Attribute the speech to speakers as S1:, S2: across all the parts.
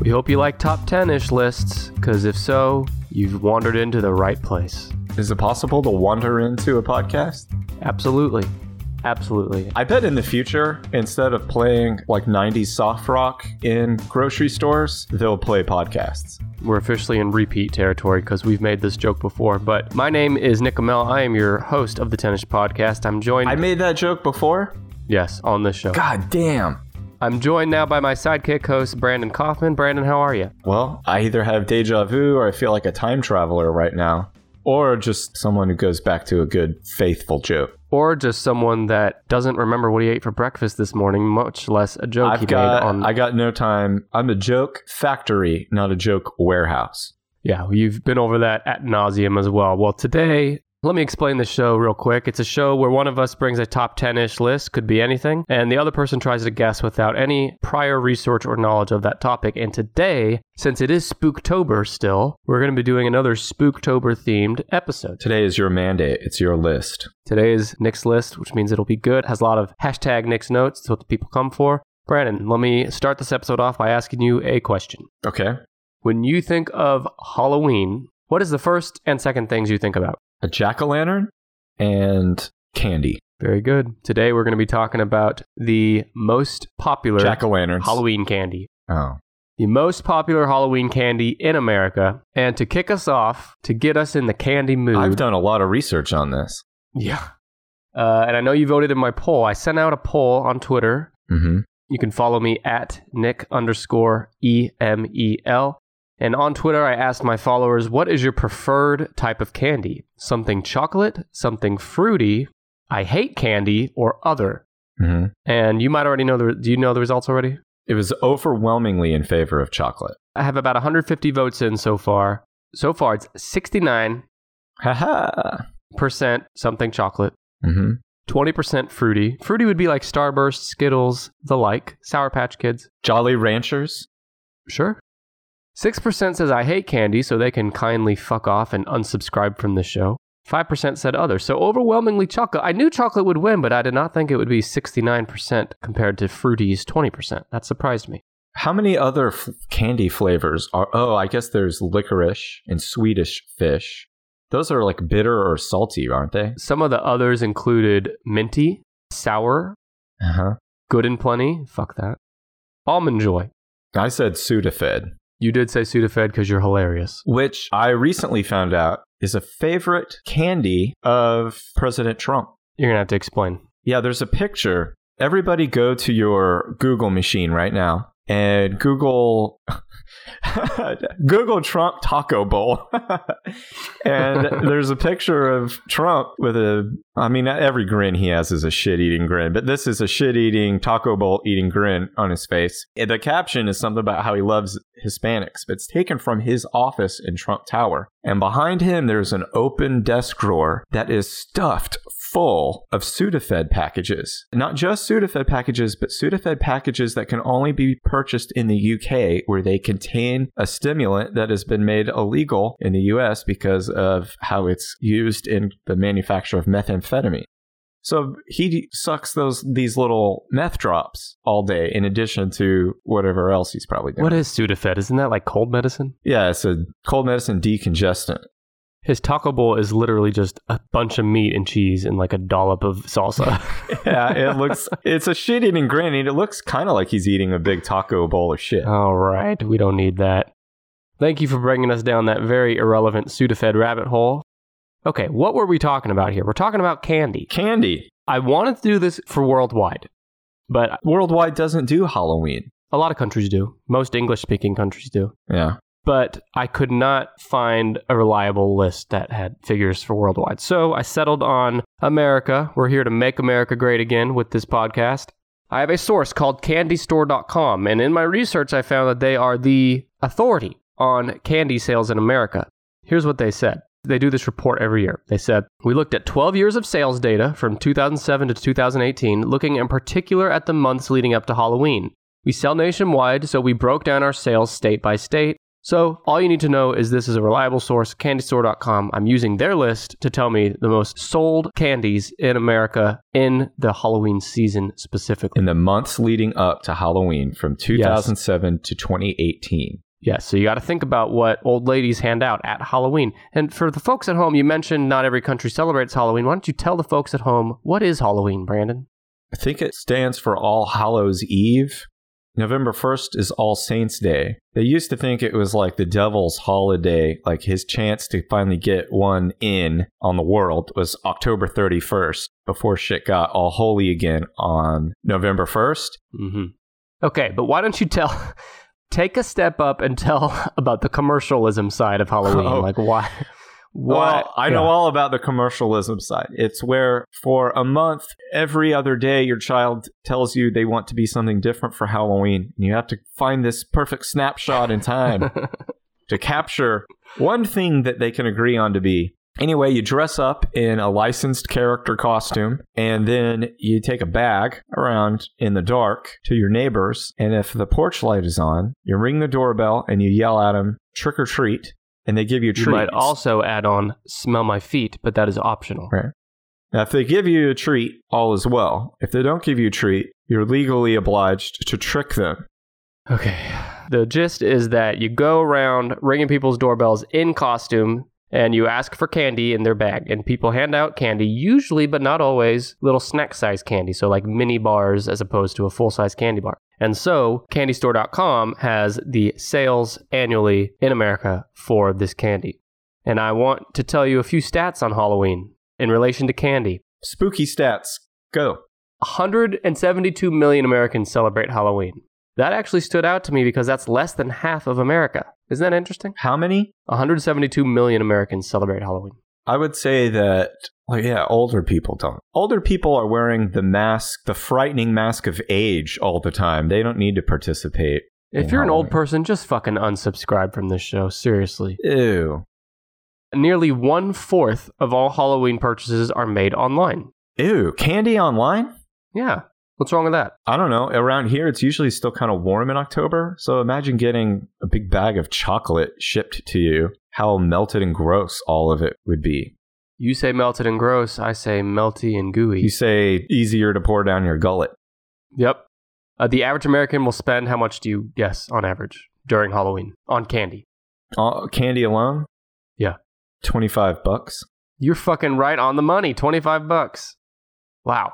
S1: We hope you like top 10 ish lists, because if so, you've wandered into the right place.
S2: Is it possible to wander into a podcast?
S1: Absolutely. Absolutely.
S2: I bet in the future, instead of playing like 90s soft rock in grocery stores, they'll play podcasts.
S1: We're officially in repeat territory because we've made this joke before. But my name is Nick Amell. I am your host of the Tennis Podcast. I'm joined,
S2: I made that joke before.
S1: yes, on this show.
S2: God damn.
S1: I'm joined now by my sidekick host, Brandon Kaufman. Brandon, how are you?
S2: Well, I either have deja vu or I feel like a time traveler right now, or just someone who goes back to a good, faithful joke.
S1: Or just someone that doesn't remember what he ate for breakfast this morning, much less a joke he
S2: I've got,
S1: made on.
S2: I got no time. I'm a joke factory, not a joke warehouse.
S1: Yeah, you've been over that at nauseum as well. Well, today, let me explain the show real quick. It's a show where one of us brings a top 10 ish list, could be anything, and the other person tries to guess without any prior research or knowledge of that topic. And today, since it is Spooktober still, we're going to be doing another Spooktober themed episode.
S2: Today is your mandate. It's your list.
S1: Today is Nick's list, which means it'll be good. Has a lot of hashtag Nick's notes. That's what the people come for. Brandon, let me start this episode off by asking you a question.
S2: Okay.
S1: When you think of Halloween, what is the first and second things you think about?
S2: A jack o' lantern and candy.
S1: Very good. Today we're going to be talking about the most popular
S2: Jack o' lanterns.
S1: Halloween candy.
S2: Oh.
S1: The most popular Halloween candy in America. And to kick us off, to get us in the candy mood.
S2: I've done a lot of research on this.
S1: Yeah. Uh, and I know you voted in my poll. I sent out a poll on Twitter.
S2: Mm-hmm.
S1: You can follow me at Nick underscore E EMEL. And on Twitter, I asked my followers, what is your preferred type of candy? Something chocolate, something fruity, I hate candy, or other?
S2: Mm-hmm.
S1: And you might already know the. Do you know the results already?
S2: It was overwhelmingly in favor of chocolate.
S1: I have about 150 votes in so far. So far, it's 69%
S2: Haha.
S1: something chocolate,
S2: Mm-hmm.
S1: 20% fruity. Fruity would be like Starburst, Skittles, the like, Sour Patch Kids.
S2: Jolly Ranchers.
S1: Sure. 6% says I hate candy, so they can kindly fuck off and unsubscribe from the show. 5% said other. So overwhelmingly chocolate. I knew chocolate would win, but I did not think it would be 69% compared to fruity's 20%. That surprised me.
S2: How many other f- candy flavors are? Oh, I guess there's licorice and Swedish fish. Those are like bitter or salty, aren't they?
S1: Some of the others included minty, sour,
S2: Uh huh.
S1: Good and plenty. Fuck that. Almond Joy.
S2: I said Sudafed,
S1: You did say Sudafed because you're hilarious.
S2: which I recently found out is a favorite candy of President Trump.
S1: You're going to have to explain.
S2: Yeah, there's a picture. Everybody go to your Google machine right now and Google Google Trump Taco Bowl. and there's a picture of Trump with a I mean every grin he has is a shit-eating grin, but this is a shit-eating taco bowl eating grin on his face. And the caption is something about how he loves Hispanics, but it's taken from his office in Trump Tower. And behind him there's an open desk drawer that is stuffed full of Sudafed packages. Not just Sudafed packages, but Sudafed packages that can only be purchased in the UK where they contain a stimulant that has been made illegal in the US because of how it's used in the manufacture of methamphetamine. So he sucks those these little meth drops all day in addition to whatever else he's probably doing.
S1: What is Sudafed? Isn't that like cold medicine?
S2: yeah, it's a cold medicine decongestant.
S1: His taco bowl is literally just a bunch of meat and cheese and like a dollop of salsa.
S2: yeah, it looks it's a shit eating grin and it looks kinda like he's eating a big taco bowl of shit.
S1: All right. We don't need that. Thank you for bringing us down that very irrelevant Sudafed rabbit hole. Okay, what were we talking about here? We're talking about candy.
S2: Candy.
S1: I wanted to do this for worldwide, but
S2: Worldwide doesn't do Halloween.
S1: a lot of countries do. Most English speaking countries do.
S2: Yeah.
S1: but I could not find a reliable list that had figures for worldwide. So I settled on America. We're here to make America great again with this podcast. I have a source called candystore.com, and in my research, I found that they are the authority on candy sales in America. Here's what they said. They do this report every year. They said, We looked at 12 years of sales data from 2007 to 2018, looking in particular at the months leading up to Halloween. We sell nationwide, so we broke down our sales state by state. So, all you need to know is this is a reliable source, candystore.com. I'm using their list to tell me the most sold candies in America in the Halloween season specifically.
S2: in the months leading up to Halloween from 2007 to 2018.
S1: Yeah, so you got to think about what old ladies hand out at Halloween. And for the folks at home, you mentioned not every country celebrates Halloween. Why don't you tell the folks at home what is Halloween, Brandon?
S2: I think it stands for All Hallows Eve. November 1st is All Saints Day. They used to think it was like the devil's holiday, like his chance to finally get one in on the world was October 31st before shit got all holy again on November 1st.
S1: Mm-hmm. Okay, but why don't you tell? Take a step up and tell about the commercialism side of Halloween.
S2: Oh.
S1: Like why? Why?
S2: Well, I know all about the commercialism side. It's where for a month, every other day, your child tells you they want to be something different for Halloween. And you have to find this perfect snapshot in time to capture one thing that they can agree on to be. Anyway, you dress up in a licensed character costume, and then you take a bag around in the dark to your neighbors. And if the porch light is on, you ring the doorbell and you yell at them, trick or treat. And they give you
S1: You
S2: treats.
S1: might also add on "smell my feet," but that is optional.
S2: Right. Now, if they give you a treat, all is well. If they don't give you a treat, you're legally obliged to trick them.
S1: Okay. The gist is that you go around ringing people's doorbells in costume and you ask for candy in their bag. And people hand out candy, usually but not always, little snack size candy. So, like mini bars as opposed to a full size candy bar. And so, candystore.com has the sales annually in America for this candy. And I want to tell you a few stats on Halloween in relation to candy.
S2: Spooky stats. Go.
S1: 172 million Americans celebrate Halloween. That actually stood out to me because that's less than half of America. Isn't that interesting?
S2: How many?
S1: 172 million Americans celebrate Halloween.
S2: I would say that, like, yeah, older people don't. Older people are wearing the mask, the frightening mask of age all the time. They don't need to participate.
S1: If
S2: in
S1: you're an old
S2: Halloween.
S1: person, just fucking unsubscribe from this show. Seriously.
S2: Ew.
S1: Nearly one fourth of all Halloween purchases are made online.
S2: Ew. Candy online?
S1: Yeah. What's wrong with that?
S2: I don't know. Around here, it's usually still kind of warm in October. So imagine getting a big bag of chocolate shipped to you. How melted and gross all of it would be.
S1: You say melted and gross. I say melty and gooey.
S2: You say easier to pour down your gullet.
S1: Yep. Uh, the average American will spend how much do you guess on average during Halloween on candy?
S2: Uh, candy alone?
S1: Yeah.
S2: 25 bucks.
S1: You're fucking right on the money. 25 bucks. Wow.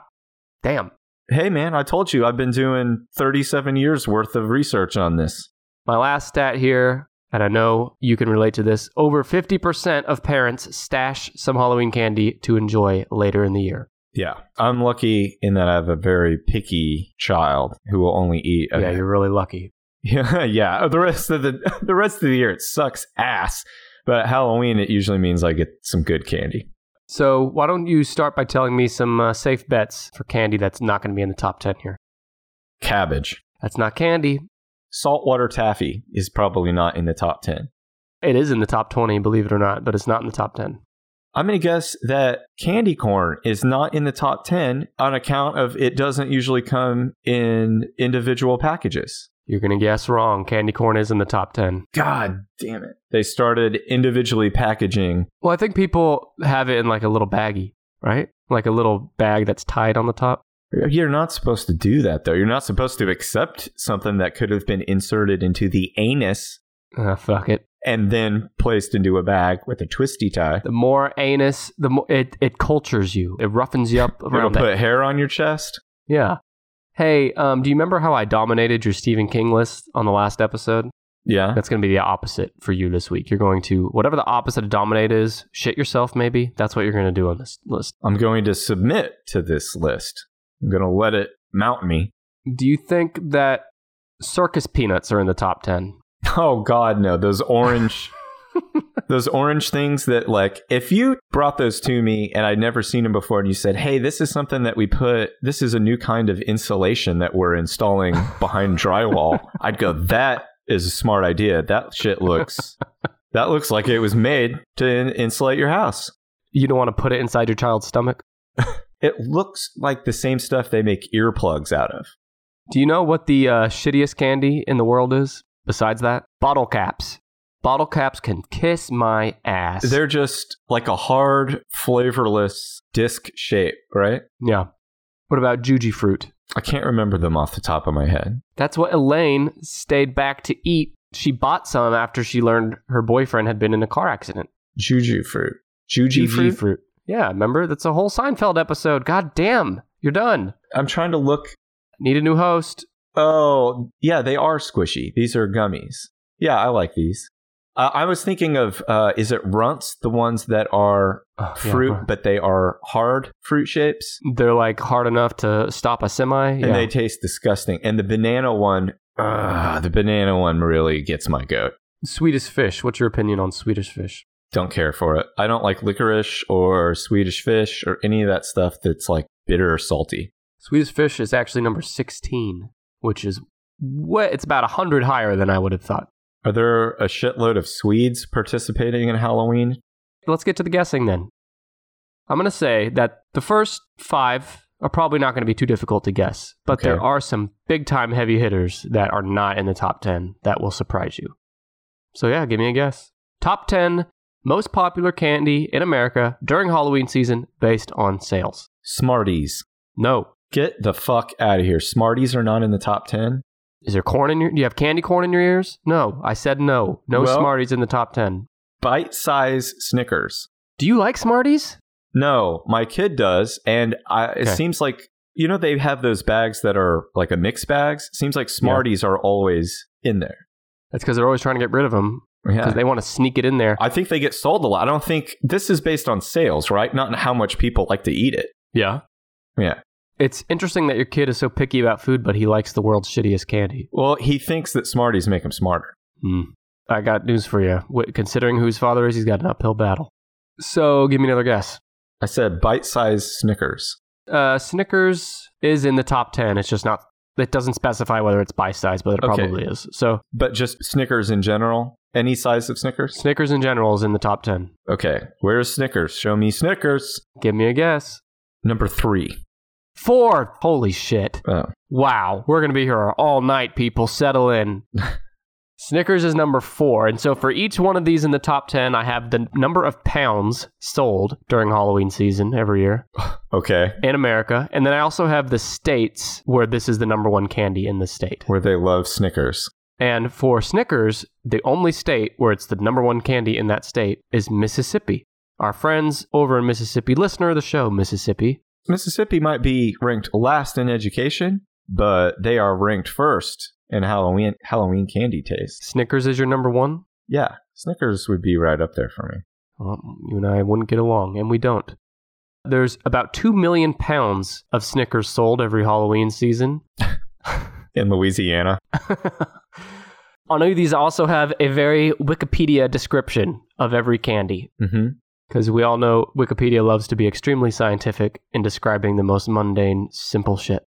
S1: Damn.
S2: Hey, man, I told you I've been doing 37 years worth of research on this.
S1: My last stat here, and I know you can relate to this over 50% of parents stash some Halloween candy to enjoy later in the year.
S2: Yeah. I'm lucky in that I have a very picky child who will only eat. A,
S1: Yeah, you're really lucky.
S2: Yeah, yeah. The rest of the the rest of the year it sucks ass. But at Halloween it usually means I get some good candy.
S1: So, why don't you start by telling me some uh, safe bets for candy that's not going to be in the top 10 here?
S2: Cabbage.
S1: That's not candy.
S2: Saltwater taffy is probably not in the top 10.
S1: It is in the top 20, believe it or not, but it's not in the top 10.
S2: I'm going to guess that candy corn is not in the top 10 on account of it doesn't usually come in individual packages.
S1: You're going to guess wrong. Candy corn is in the top 10.
S2: God damn it. They started individually packaging.
S1: Well, I think people have it in like a little baggie, right? Like a little bag that's tied on the top.
S2: You're not supposed to do that though. You're not supposed to accept something that could have been inserted into the anus
S1: Ah, fuck it.
S2: and then placed into a bag with a twisty tie.
S1: The more anus, the more it, it cultures you. It roughens you up
S2: It'll
S1: around that.
S2: put hair on your chest.
S1: Yeah. Hey, um, do you remember how I dominated your Stephen King list on the last episode?
S2: Yeah.
S1: That's going to be the opposite for you this week. You're going to, whatever the opposite of dominate is, shit yourself maybe. That's what you're going to do on this list.
S2: I'm going to submit to this list. I'm going to let it mount me.
S1: Do you think that circus peanuts are in the top 10?
S2: Oh god, no. Those orange those orange things that like if you brought those to me and I'd never seen them before and you said, "Hey, this is something that we put this is a new kind of insulation that we're installing behind drywall." I'd go, "That is a smart idea. That shit looks That looks like it was made to in- insulate your house."
S1: You don't want to put it inside your child's stomach?
S2: It looks like the same stuff they make earplugs out of.
S1: Do you know what the uh, shittiest candy in the world is besides that? Bottle caps. Bottle caps can kiss my ass.
S2: They're just like a hard, flavorless disc shape, right?
S1: yeah. What about Juji fruit?
S2: I can't remember them off the top of my head.
S1: That's what Elaine stayed back to eat. She bought some after she learned her boyfriend had been in a car accident.
S2: Juju fruit. Juju
S1: Juji
S2: fruit?
S1: fruit. Yeah, remember? That's a whole Seinfeld episode. God damn, you're done.
S2: I'm trying to look.
S1: Need a new host.
S2: Oh, yeah, they are squishy. These are gummies. Yeah, I like these. Uh, I was thinking of uh, is it runts, the ones that are
S1: Oh, yeah,
S2: fruit,
S1: huh.
S2: but they are hard fruit shapes?
S1: They're like hard enough to stop a semi.
S2: and they taste disgusting. And the banana one, ah, the banana one really gets my goat.
S1: Swedish fish. What's your opinion on Swedish fish?
S2: Don't care for it. I don't like licorice or Swedish fish or any of that stuff that's like bitter or salty.
S1: Swedish fish is actually number 16, which is what it's about 100 higher than I would have thought.
S2: Are there a shitload of Swedes participating in Halloween?
S1: Let's get to the guessing then. I'm going to say that the first 5 are probably not going to be too difficult to guess, but
S2: Okay.
S1: there are some big time heavy hitters that are not in the top 10 that will surprise you. So yeah, give me a guess. Top 10 most popular candy in America during Halloween season based on sales.
S2: Smarties.
S1: No.
S2: Get the fuck out of here. Smarties are not in the top 10.
S1: Is there corn in your do you have candy corn in your ears? No. I said no. No
S2: Well-
S1: Smarties in the top 10.
S2: Bite size Snickers.
S1: Do you like Smarties?
S2: No, my kid does. And I, it
S1: Okay.
S2: seems like, you know, they have those bags that are like a mix bags. Seems like Smarties are always in there.
S1: That's because they're always trying to get rid of them
S2: Yeah.
S1: because they want to sneak it in there.
S2: I think they get sold a lot. I don't think this is based on sales, right? Not on how much people like to eat it.
S1: Yeah.
S2: Yeah.
S1: It's interesting that your kid is so picky about food, but he likes the world's shittiest candy.
S2: Well, he thinks that Smarties make him smarter.
S1: Hmm. I got news for you. Wi- Considering who his father is, he's got an uphill battle. So give me another guess.
S2: I said bite sized Snickers.
S1: Uh, Snickers is in the top 10. It's just not, it doesn't specify whether it's bite size, but it
S2: Okay.
S1: probably is. So
S2: But just Snickers in general. Any size of Snickers?
S1: Snickers in general is in the top 10.
S2: Okay. Where's Snickers? Show me Snickers.
S1: Give me a guess.
S2: Number three.
S1: Four. Holy shit.
S2: Oh.
S1: Wow, we're going to be here all night, people. Settle in. Snickers is number four. And so for each one of these in the top 10, I have the number of pounds sold during Halloween season every year
S2: Okay.
S1: in America. And then I also have the states where this is the number one candy in the state.
S2: Where they love Snickers.
S1: And for Snickers, the only state where it's the number one candy in that state is Mississippi. Our friends over in Mississippi, listener of the show, Mississippi,
S2: Mississippi might be ranked last in education, but they are ranked first in Halloween Halloween candy taste.
S1: Snickers is your number one.
S2: Yeah. Snickers would be right up there for me.
S1: Well, you and I wouldn't get along, and we don't. There's about 2 million pounds of Snickers sold every Halloween season.
S2: In Louisiana.
S1: On of these also have a very Wikipedia description of every candy,
S2: Mm-hmm.
S1: because we all know Wikipedia loves to be extremely scientific in describing the most mundane, simple shit.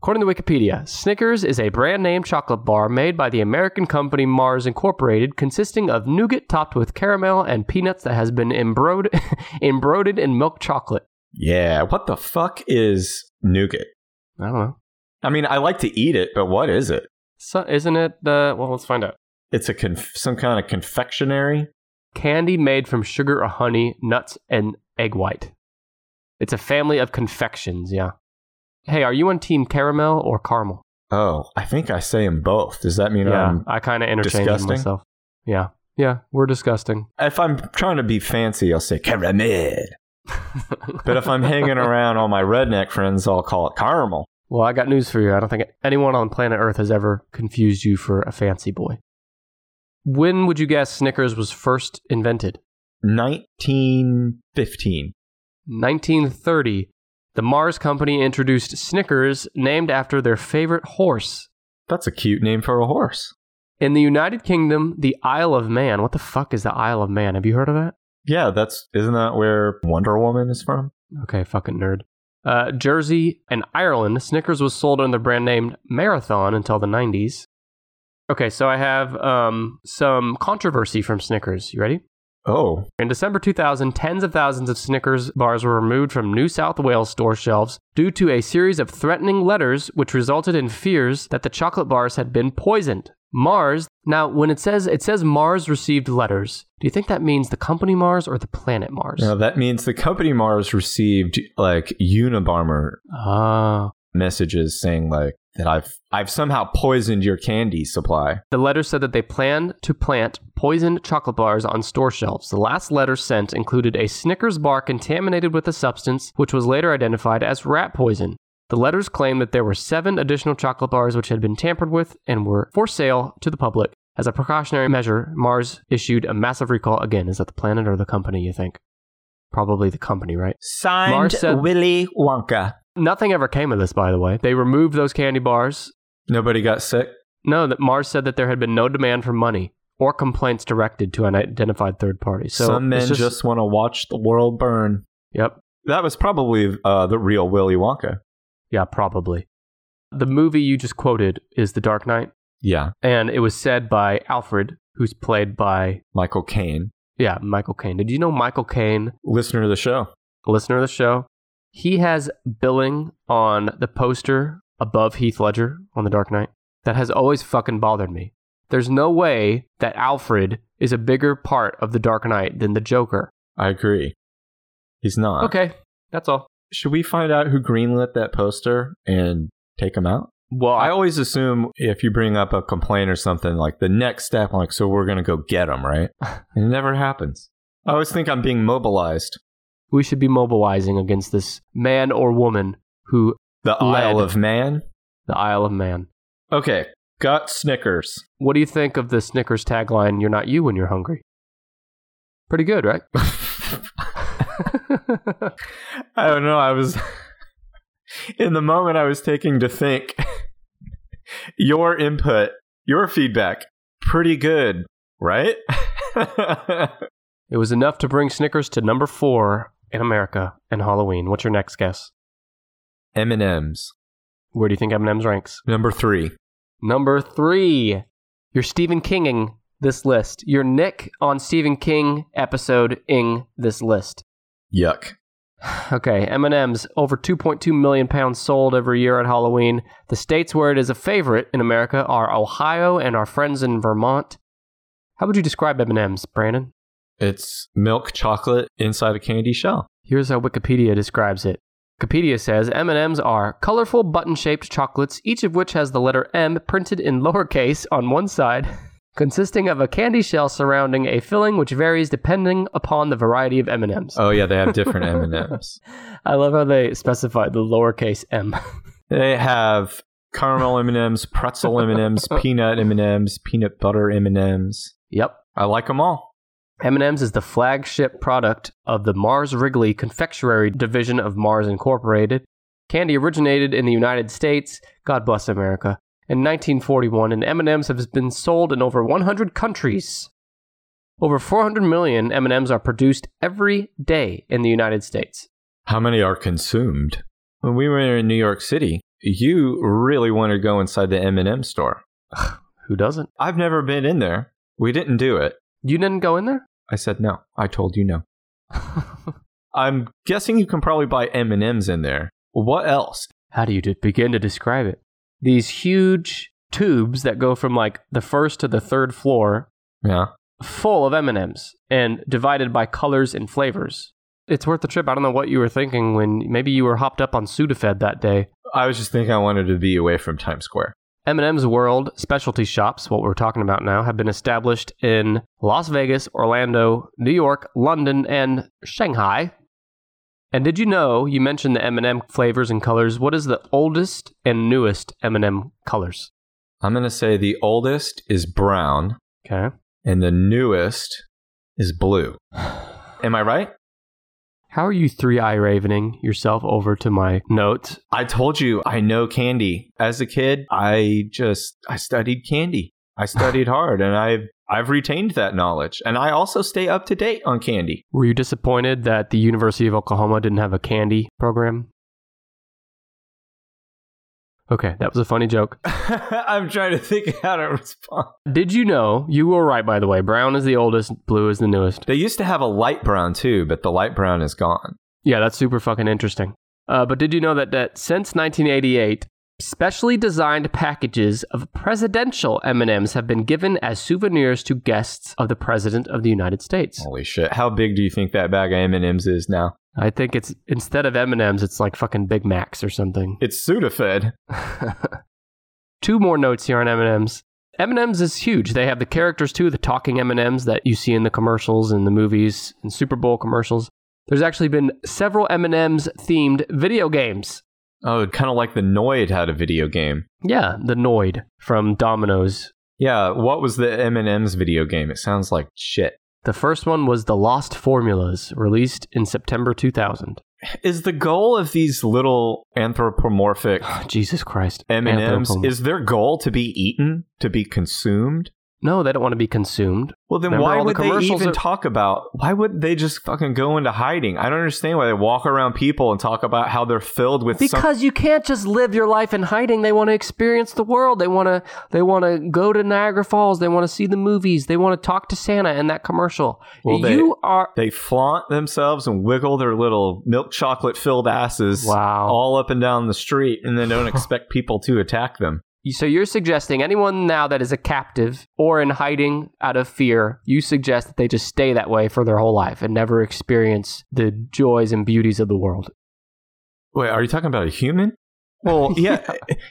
S1: According to Wikipedia, Snickers is a brand name chocolate bar made by the American company Mars Incorporated, consisting of nougat topped with caramel and peanuts that has been embroid- embroidered in milk chocolate.
S2: Yeah, what the fuck is nougat?
S1: I don't know.
S2: I mean, I like to eat it, but what is it?
S1: So, isn't it? Uh, well, let's find out.
S2: It's a conf- some kind of confectionery.
S1: Candy made from sugar or honey, nuts, and egg white. It's a family of confections, yeah. Hey, are you on team caramel or caramel?
S2: Oh, I think I say them both. Does that mean I'm,
S1: I kind of interchange
S2: disgusting?
S1: myself. Yeah. Yeah, we're disgusting.
S2: if I'm trying to be fancy, I'll say caramel. But if I'm hanging around all my redneck friends, I'll call it caramel.
S1: Well, I got news for you. I don't think anyone on planet Earth has ever confused you for a fancy boy. When would you guess Snickers was first invented?
S2: 1915.
S1: 1930, the Mars Company introduced Snickers, named after their favorite horse.
S2: That's a cute name for a horse.
S1: In the United Kingdom, the Isle of Man. What the fuck is the Isle of Man? Have you heard of that?
S2: Yeah, that's isn't that where Wonder Woman is from?
S1: Okay, fucking nerd. Uh, Jersey and Ireland, Snickers was sold under the brand name Marathon until the 90s. Okay, so I have um, some controversy from Snickers. You ready?
S2: Oh,
S1: In December 2000, tens of thousands of Snickers bars were removed from New South Wales store shelves due to a series of threatening letters which resulted in fears that the chocolate bars had been poisoned. Mars Now, when it says it says Mars received letters, do you think that means the company Mars or the planet Mars?
S2: Now, that means the company Mars received like Unabomber
S1: Ah.
S2: messages saying like that I've I've somehow poisoned your candy supply.
S1: The letter said that they planned to plant poisoned chocolate bars on store shelves. The last letter sent included a Snickers bar contaminated with a substance which was later identified as rat poison. The letters claimed that there were seven additional chocolate bars which had been tampered with and were for sale to the public. As a precautionary measure, Mars issued a massive recall. Again, is that the planet or the company, you think? Probably the company, right?
S2: Signed
S1: Mars said-
S2: Willy Wonka.
S1: Nothing ever came of this, by the way. They removed those candy bars
S2: Nobody got sick.
S1: No, that Mars said that there had been no demand for money or complaints directed to unidentified third parties. So
S2: Some men
S1: it's
S2: just, want to watch the world burn.
S1: yep,
S2: That was probably uh, the real Willy Wonka.
S1: yeah, probably. The movie you just quoted is The Dark Knight,
S2: Yeah,
S1: and it was said by Alfred, who's played by
S2: Michael Caine,
S1: yeah Michael Caine. Did you know Michael Caine,
S2: listener of the show.
S1: a listener of the show? He has billing on the poster above Heath Ledger on The Dark Knight that has always fucking bothered me. There's no way that Alfred is a bigger part of The Dark Knight than the Joker.
S2: I agree. He's not.
S1: Okay, that's all.
S2: Should we find out who greenlit that poster and take him out?
S1: Well,
S2: I
S1: I,
S2: always assume if you bring up a complaint or something, like the next step, like, so we're going to go get them, right? it never happens. I always think I'm being mobilized.
S1: we should be mobilizing against this man or woman who
S2: The Isle
S1: Led.
S2: of Man.
S1: the Isle of Man.
S2: Okay, got Snickers.
S1: What do you think of the Snickers tagline? You're not you when you're hungry. Pretty good, right?
S2: I don't know. I was in the moment I was taking to think your input, your feedback, pretty good, right?
S1: it was enough to bring Snickers to number four in America and Halloween. What's your next guess?
S2: M&M's
S1: Where do you think M&M's ranks?
S2: number 3.
S1: Number three. You're Stephen Kinging this list. You're Nick on Stephen King episode ing this list.
S2: Yuck.
S1: Okay, M&M's over 2.2 million pounds sold every year at Halloween. The states where it is a favorite in America are Ohio and our friends in Vermont. How would you describe M&M's, Brandon?
S2: It's milk chocolate inside a candy shell.
S1: Here's how Wikipedia describes it. Wikipedia says M&Ms are colorful button-shaped chocolates, each of which has the letter M printed in lowercase on one side, consisting of a candy shell surrounding a filling which varies depending upon the variety of M&Ms.
S2: Oh yeah, they have different M&Ms.
S1: I love how they specify the lowercase M.
S2: They have caramel M&Ms, pretzel M&Ms, peanut M&Ms, peanut butter M&Ms.
S1: yep.
S2: I like them all.
S1: M&M's is the flagship product of the Mars Wrigley confectionery division of Mars Incorporated. Candy originated in the United States, God bless America, in 1941 and M&M's have been sold in over 100 countries. Over 400 million M&M's are produced every day in the United States.
S2: How many are consumed? When we were in New York City, you really want to go inside the M&M store.
S1: Who doesn't?
S2: I've never been in there. We didn't do it.
S1: You didn't go in there?
S2: I said no. I told you no. I'm guessing you can probably buy M&Ms in there. What else?
S1: how do you de- begin to describe it? These huge tubes that go from like the first to the third floor
S2: Yeah.
S1: full of M&Ms and divided by colors and flavors. It's worth the trip. I don't know what you were thinking when maybe you were hopped up on Sudafed that day.
S2: I was just thinking I wanted to be away from Times Square.
S1: M&M's World specialty shops, what we're talking about now, have been established in Las Vegas, Orlando, New York, London, and Shanghai. And did you know, you mentioned the M&M flavors and colors. What is the oldest and newest M&M colors?
S2: I'm going to say the oldest is brown
S1: Okay.
S2: and the newest is blue. Am I right?
S1: How are you three-eye ravening yourself over to my notes?
S2: I told you I know candy. As a kid, I just I studied candy. I studied hard and I've I've retained that knowledge and I also stay up to date on candy.
S1: Were you disappointed that the University of Oklahoma didn't have a candy program? Okay, that was a funny joke.
S2: I'm trying to think how to respond.
S1: Did you know? You were right, by the way. Brown is the oldest, blue is the newest.
S2: They used to have a light brown too, but the light brown is gone.
S1: Yeah, that's super fucking interesting. Uh, but did you know that, that since 1988, Specially designed packages of presidential M&Ms have been given as souvenirs to guests of the president of the United States.
S2: Holy shit! How big do you think that bag of M and M's is now?
S1: I think it's instead of M&Ms it's like fucking Big Macs or something.
S2: It's Sudafed.
S1: Two more notes here on M&Ms. M&Ms is huge. They have the characters too, the talking M&Ms that you see in the commercials and the movies and Super Bowl commercials. There's actually been several M&Ms themed video games.
S2: Oh, kind of like the Noid had a video game.
S1: Yeah, the Noid from Domino's.
S2: Yeah, what was the M and M's video game? It sounds like shit.
S1: The first one was The Lost Formulas, released in September 2000.
S2: Is the goal of these little anthropomorphic
S1: Jesus Christ.
S2: M and M's
S1: Anthropom-
S2: is their goal to be eaten, to be consumed?
S1: No, they don't want to be consumed.
S2: Well, then
S1: Remember
S2: why
S1: all the
S2: would they
S1: commercials
S2: even
S1: are-
S2: talk about? Why would they just fucking go into hiding? I don't understand why they walk around people and talk about how they're filled with some-
S1: Because you can't just live your life in hiding. They want to experience the world. They want to they want to go to Niagara Falls. They want to see the movies. They want to talk to Santa in that commercial.
S2: Well, they-
S1: you are
S2: they flaunt themselves and wiggle their little milk chocolate filled asses
S1: Wow.
S2: all up and down the street, and then don't expect people to attack them.
S1: So you're suggesting anyone now that is a captive or in hiding out of fear, you suggest that they just stay that way for their whole life and never experience the joys and beauties of the world.
S2: Wait, are you talking about a human? Well, yeah,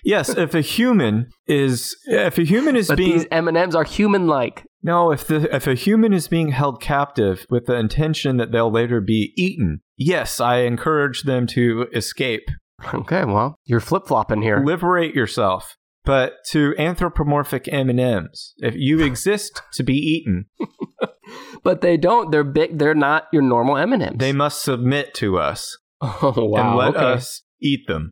S2: yes. If a human is, if a human is
S1: But
S2: being
S1: these M&Ms are human-like.
S2: No, if the if a human is being held captive with the intention that they'll later be eaten, yes, I encourage them to escape.
S1: Okay, well, you're flip-flopping here.
S2: Liberate yourself. But to anthropomorphic M&Ms, if you exist to be eaten,
S1: but they don't. They're big. They're not your normal M&Ms.
S2: they must submit to us
S1: oh, wow.
S2: and let
S1: okay.
S2: us eat them.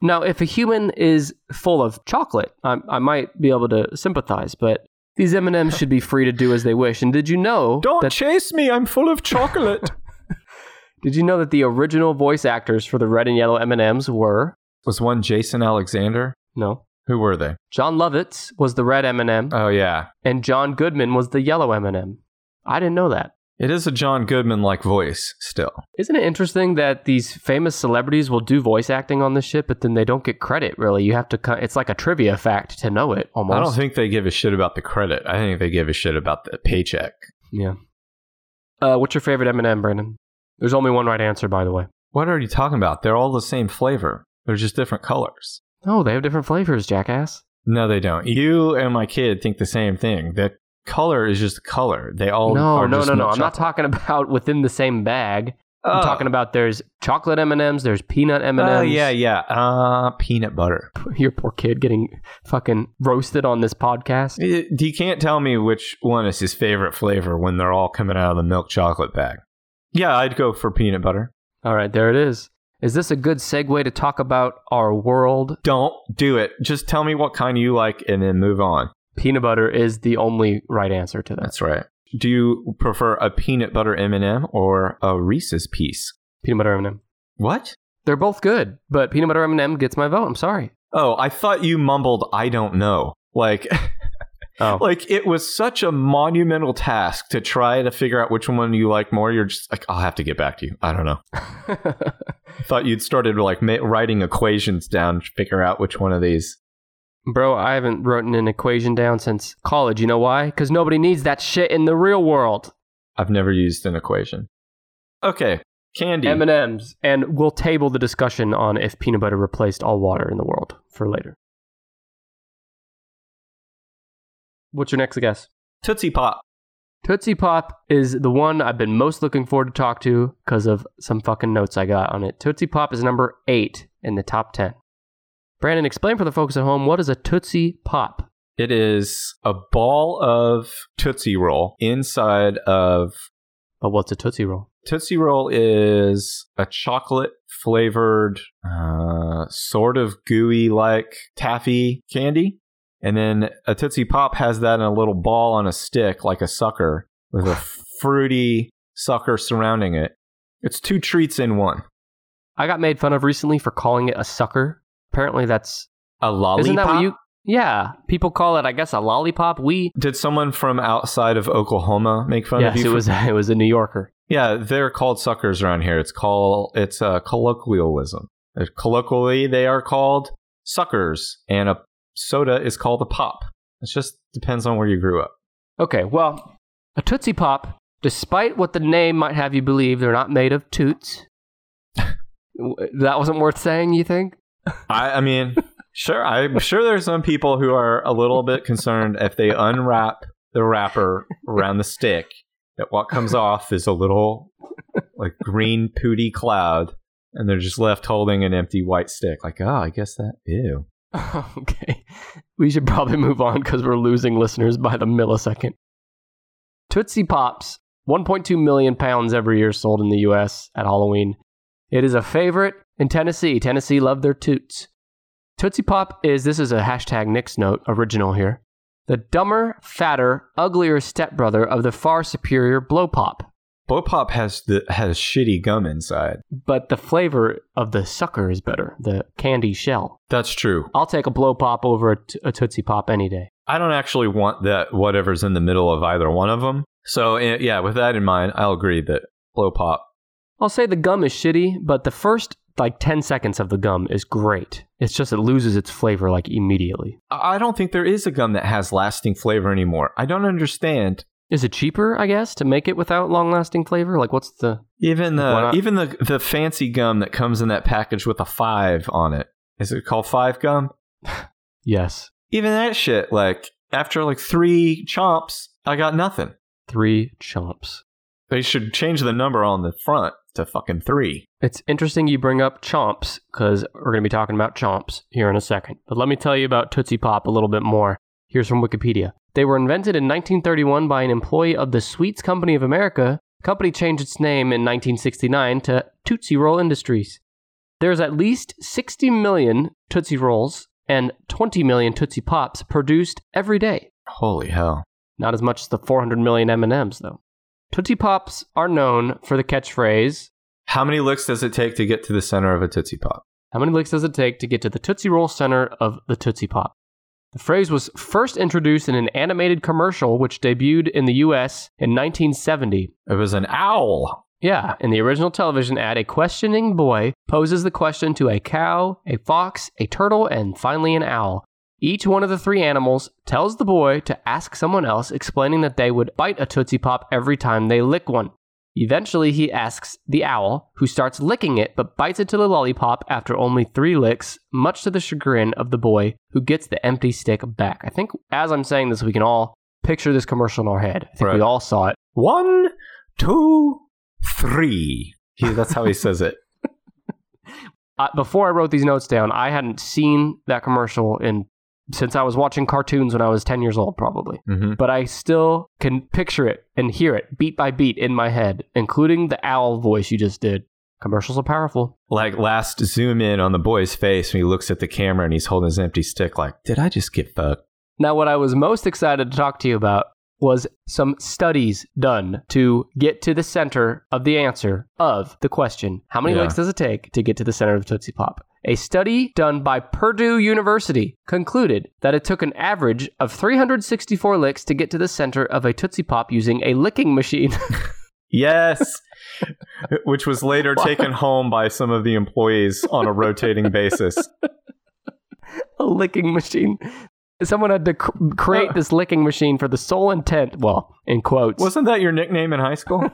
S1: Now, if a human is full of chocolate, I, I might be able to sympathize, but these M&Ms should be free to do as they wish. And did you know
S2: Don't
S1: that
S2: chase me, I'm full of chocolate.
S1: Did you know that the original voice actors for the red and yellow M&Ms were
S2: Was one Jason Alexander?
S1: no,
S2: Who were they?
S1: John Lovitz was the red M&M
S2: Oh yeah.
S1: and John Goodman was the yellow M&M. I didn't know that.
S2: It is a John Goodman like voice still.
S1: Isn't it interesting that these famous celebrities will do voice acting on this shit, but then they don't get credit really? You have to. ki- It's like a trivia fact to know it almost.
S2: I don't think they give a shit about the credit. I think they give a shit about the paycheck.
S1: Yeah. Uh, what's your favorite M&M, Brandon? There's only one right answer, by the way.
S2: What are you talking about? They're all the same flavor. They're just different colors.
S1: No, Oh, they have different flavors, jackass.
S2: No, they don't. You and my kid think the same thing. The color is just color. They all
S1: no,
S2: are
S1: no,
S2: just
S1: no, no.
S2: milk
S1: I'm Oh, not Uh.
S2: chocolate.
S1: talking about within the same bag.
S2: Oh.
S1: I'm talking about there's chocolate M and M's, there's peanut M and M's.
S2: Oh yeah, yeah. Uh, peanut butter.
S1: your poor kid getting fucking roasted on this podcast.
S2: Eh, He can't tell me which one is his favorite flavor when they're all coming out of the milk chocolate bag. Yeah, I'd go for peanut butter.
S1: All right, there it is. Is this a good segue to talk about our world?
S2: Don't do it. Just tell me what kind you like and then move on.
S1: Peanut butter is the only right answer to that.
S2: That's right. Do you prefer a peanut butter M&M or a Reese's piece?
S1: Peanut butter M&M.
S2: What?
S1: They're both good, but peanut butter M&M gets my vote. I'm sorry.
S2: Oh, I thought you mumbled I don't know. Like
S1: Oh.
S2: like it was such a monumental task to try to figure out which one you like more. You're just like I'll have to get back to you. I don't know. I thought you'd started like ma- writing equations down to figure out which one of these.
S1: Bro, I haven't written an equation down since college. You know why? Cuz nobody needs that shit in the real world.
S2: I've never used an equation. Okay, candy.
S1: M&Ms and we'll table the discussion on if peanut butter replaced all water in the world for later. What's your next guess?
S2: Tootsie Pop.
S1: Tootsie Pop is the one I've been most looking forward to talk to because of some fucking notes I got on it. Tootsie Pop is number eight in the top 10. Brandon, explain for the folks at home what is a Tootsie Pop?
S2: It is a ball of Tootsie Roll inside of
S1: But what's a Tootsie Roll?
S2: Tootsie Roll is a chocolate flavored, uh, sort of gooey like taffy candy. And then a Tootsie Pop has that in a little ball on a stick, like a sucker, with a fruity sucker surrounding it. It's two treats in one.
S1: I got made fun of recently for calling it a sucker. Apparently, that's.
S2: A lollipop.
S1: Isn't that what you. Yeah. People call it, I guess, a lollipop. We.
S2: Did someone from outside of Oklahoma make fun
S1: Yes,
S2: of
S1: it
S2: you? for-
S1: was, it was a New Yorker.
S2: yeah, they're called suckers around here. It's call. It's a colloquialism. Uh, Colloquially, they are called suckers, and a soda is called a pop. It just depends on where you grew up.
S1: Okay, well, a Tootsie Pop, despite what the name might have you believe, they're not made of toots. W- that wasn't worth saying, you think?
S2: I, I mean, sure, I'm sure there's some people who are a little bit concerned if they unwrap the wrapper around the stick that what comes off is a little like green pooty cloud, and they're just left holding an empty white stick. Like, oh, I guess that ew.
S1: okay, we should probably move on because we're losing listeners by the millisecond. Tootsie Pops, 1.2 million pounds every year sold in the U.S. at Halloween. It is a favorite in Tennessee. Tennessee love their toots. Tootsie Pop is this is a hashtag Nick's note original here. The dumber, fatter, uglier stepbrother of the far superior Blow Pop,
S2: Blow pop has the has shitty gum inside.
S1: but the flavor of the sucker is better. The candy shell.
S2: That's true.
S1: I'll take a Blow Pop over a, t- a Tootsie Pop any day.
S2: I don't actually want that whatever's in the middle of either one of them. So eh, yeah, with that in mind, I'll agree that blow pop.
S1: I'll say the gum is shitty, but the first like 10 seconds of the gum is great. It's just it loses its flavor like immediately.
S2: I I don't think there is a gum that has lasting flavor anymore. I don't understand.
S1: Is it cheaper, I guess, to make it without long lasting flavor? Like, what's the.
S2: Even
S1: Why
S2: the
S1: not?
S2: even the the fancy gum that comes in that package with a five on it. Is it called five gum?
S1: Yes.
S2: Even that shit, like after like three chomps, I got nothing.
S1: Three chomps.
S2: They should change the number on the front to fucking three.
S1: It's interesting you bring up chomps because we're going to be talking about chomps here in a second. But let me tell you about Tootsie Pop a little bit more. Here's from Wikipedia. They were invented in 1931 by an employee of the Sweets Company of America. The company changed its name in 1969 to Tootsie Roll Industries. There's at least 60 million Tootsie Rolls and 20 million Tootsie Pops produced every day.
S2: Holy hell.
S1: Not as much as the 400 million M&Ms though. Tootsie Pops are known for the catchphrase,
S2: How many licks does it take to get to the center of a Tootsie Pop?
S1: how many licks does it take to get to the Tootsie Roll center of the Tootsie Pop? The phrase was first introduced in an animated commercial which debuted in the US in 1970.
S2: It was an owl.
S1: Yeah, in the original television ad, a questioning boy poses the question to a cow, a fox, a turtle, and finally an owl. Each one of the three animals tells the boy to ask someone else, explaining that they would bite a Tootsie Pop every time they lick one. Eventually, he asks the owl, who starts licking it but bites it to the lollipop after only three licks, much to the chagrin of the boy, who gets the empty stick back. I think as I'm saying this, we can all picture this commercial in our head. I think we
S2: Right.
S1: all saw it.
S2: One, two, three. He, that's how he says it.
S1: I, before I wrote these notes down, I hadn't seen that commercial in since I was watching cartoons when I was 10 years old, probably.
S2: Mm-hmm.
S1: But I still can picture it and hear it beat by beat in my head, including the owl voice you just did. Commercials are powerful.
S2: Like last zoom in on the boy's face when he looks at the camera and he's holding his empty stick. Like, did I just get fucked?
S1: Now, what I was most excited to talk to you about was some studies done to get to the center of the answer of the question How many
S2: Yeah.
S1: licks does it take to get to the center of Tootsie Pop? A study done by Purdue University concluded that it took an average of 364 licks to get to the center of a Tootsie Pop using a licking machine.
S2: Yes. Which was later taken home by some of the employees on a rotating basis.
S1: a licking machine. Someone had to cr- create this licking machine for the sole intent, well, in quotes.
S2: Wasn't that your nickname in high school?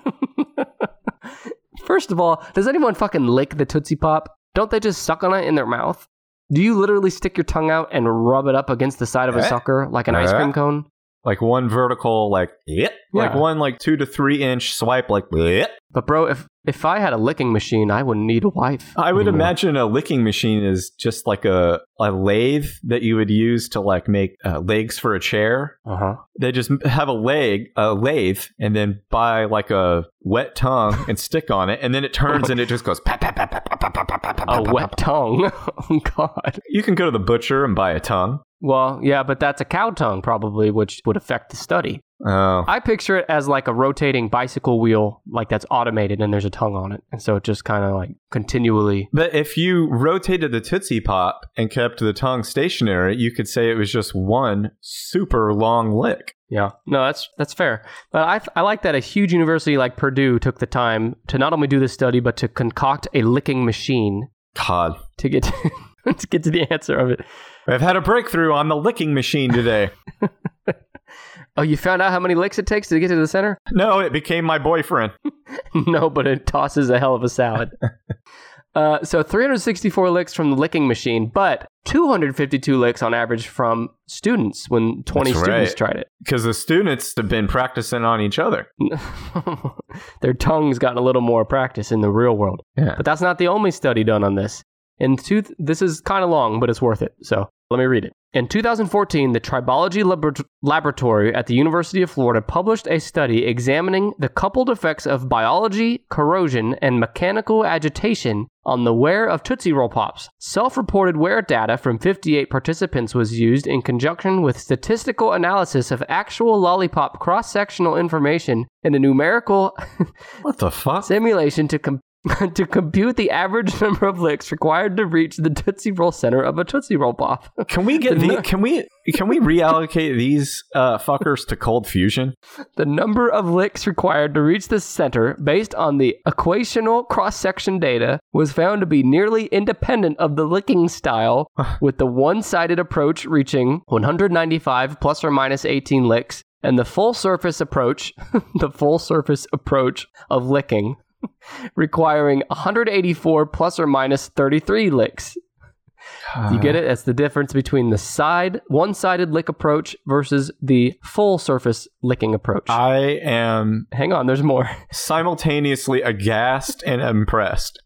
S1: First of all, does anyone fucking lick the Tootsie Pop? Don't they just suck on it in their mouth? Do you literally stick your tongue out and rub it up against the side of a
S2: Eh?
S1: sucker like an ice
S2: Eh?
S1: cream cone?
S2: Like one vertical, like, yep. Like
S1: Yeah.
S2: one, like two to three inch swipe, like, yep.
S1: But bro, if if I had a licking machine, I wouldn't need a wife.
S2: I would
S1: anymore.
S2: imagine a licking machine is just like a, a lathe that you would use to like make uh, legs for a chair.
S1: Uh-huh.
S2: They just have a leg, a lathe, and then buy like a wet tongue and stick on it, and then it turns and it just goes. Pap, pap, pap, pap, pap, pap, pap, pap, pap,
S1: A
S2: pap, pap.
S1: wet tongue. oh god.
S2: You can go to the butcher and buy a tongue.
S1: Well, yeah, but that's a cow tongue probably, which would affect the study.
S2: Oh,
S1: I picture it as like a rotating bicycle wheel, like that's automated and there's a tongue on it. And so it just kind of like continually
S2: but if you rotated the tootsie pop and kept the tongue stationary, you could say it was just one super long lick.
S1: Yeah, no, that's that's fair. But I I like that a huge university like Purdue took the time to not only do this study but to concoct a licking machine
S2: God,
S1: to get Let's get to the answer of it.
S2: I've had a breakthrough on the licking machine today.
S1: Oh, you found out how many licks it takes to get to the center?
S2: no, it became my boyfriend.
S1: no, but it tosses a hell of a salad. uh, so 364 licks from the licking machine, but 252 licks on average from students when 20
S2: That's
S1: students
S2: right.
S1: tried it.
S2: Because the students have been practicing on each other.
S1: Their tongues got a little more practice in the real world.
S2: Yeah.
S1: But that's not the only study done on this. In two, this is kind of long, but it's worth it. So let me read it. In 2014, the Tribology Labor- Laboratory at the University of Florida published a study examining the coupled effects of biology, corrosion, and mechanical agitation on the wear of Tootsie Roll Pops. Self reported wear data from 58 participants was used in conjunction with statistical analysis of actual lollipop cross sectional information and a numerical
S2: What the fuck?
S1: simulation to com- to compute the average number of licks required to reach the Tootsie Roll center of a Tootsie Roll Pop.
S2: Can we get the, can we can we reallocate these uh, fuckers to cold fusion?
S1: the number of licks required to reach the center, based on the equational cross section data, was found to be nearly independent of the licking style, with the one sided approach reaching 195 plus or minus 18 licks. And the full surface approach, the full surface approach of licking, requiring 184 plus or minus 33 licks. You get it? That's the difference between the side one-sided lick approach versus the full surface licking approach.
S2: I am
S1: Hang on, there's more.
S2: simultaneously aghast and impressed.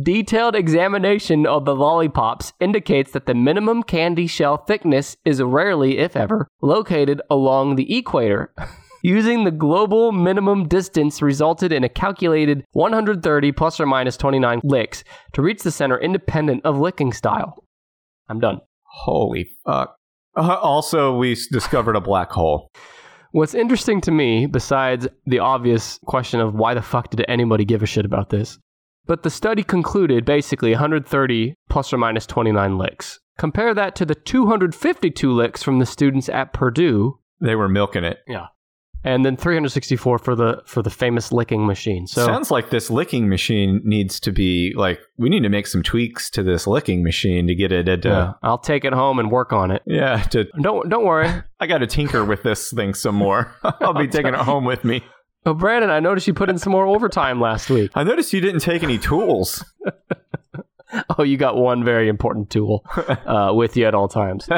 S1: Detailed examination of the lollipops indicates that the minimum candy shell thickness is rarely, if ever, located along the equator. Using the global minimum distance resulted in a calculated 130 plus or minus 29 licks to reach the center independent of licking style. I'm done.
S2: Holy fuck. Uh, also, we s- discovered a black hole.
S1: What's interesting to me, besides the obvious question of why the fuck did anybody give a shit about this, but the study concluded basically 130 plus or minus 29 licks. Compare that to the 252 licks from the students at Purdue,
S2: They were milking it.
S1: and then 364 for the for the famous licking machine. So
S2: Sounds like this licking machine needs to be like we need to make some tweaks to this licking machine to get it into
S1: yeah, I'll take it home and work on it.
S2: yeah. to
S1: Don't don't worry,
S2: I got to tinker with this thing some more. I'll be taking it home with me.
S1: oh Brandon. I noticed you put in some more overtime last week.
S2: I noticed you didn't take any tools.
S1: Oh, you got one very important tool uh, with you at all times.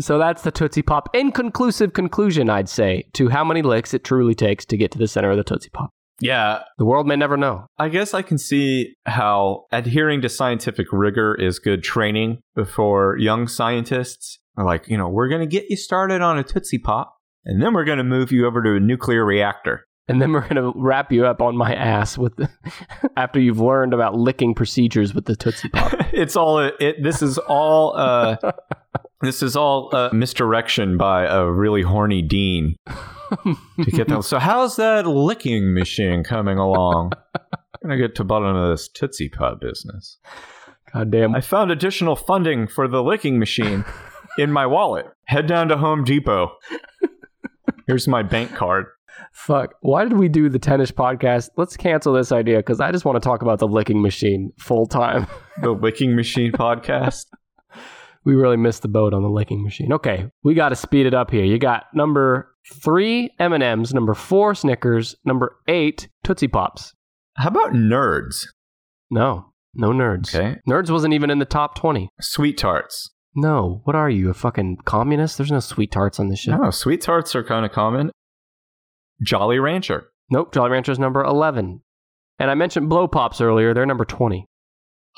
S1: So that's the Tootsie Pop. Inconclusive conclusion, I'd say, to how many licks it truly takes to get to the center of the Tootsie Pop.
S2: yeah,
S1: The world may never know.
S2: I guess I can see how adhering to scientific rigor is good training for young scientists. Like, you know, we're going to get you started on a Tootsie Pop, and then we're going to move you over to a nuclear reactor.
S1: And then we're going to wrap you up on my ass with after you've learned about licking procedures with the Tootsie Pop.
S2: It's all, it, this is all, uh, this is all uh, misdirection by a really horny dean to get them. So, how's that licking machine coming along? I'm going to get to bottom of this Tootsie Pop business.
S1: God damn.
S2: I found additional funding for the licking machine in my wallet. Head down to Home Depot. Here's my bank card.
S1: Fuck. Why did we do the tennis podcast? Let's cancel this idea because I just want to talk about the licking machine full time.
S2: The licking machine podcast.
S1: We really missed the boat on the licking machine. Okay, we got to speed it up here. You got number three M&Ms, number four Snickers, number eight Tootsie Pops.
S2: How about nerds?
S1: No, no nerds.
S2: Okay.
S1: Nerds wasn't even in the top 20.
S2: Sweet tarts.
S1: No, what are you, a fucking communist? There's no sweet tarts on this shit.
S2: No, sweet tarts are kind of common. Jolly Rancher.
S1: Nope, Jolly Rancher's number 11. And I mentioned Blow Pops earlier, they're number 20.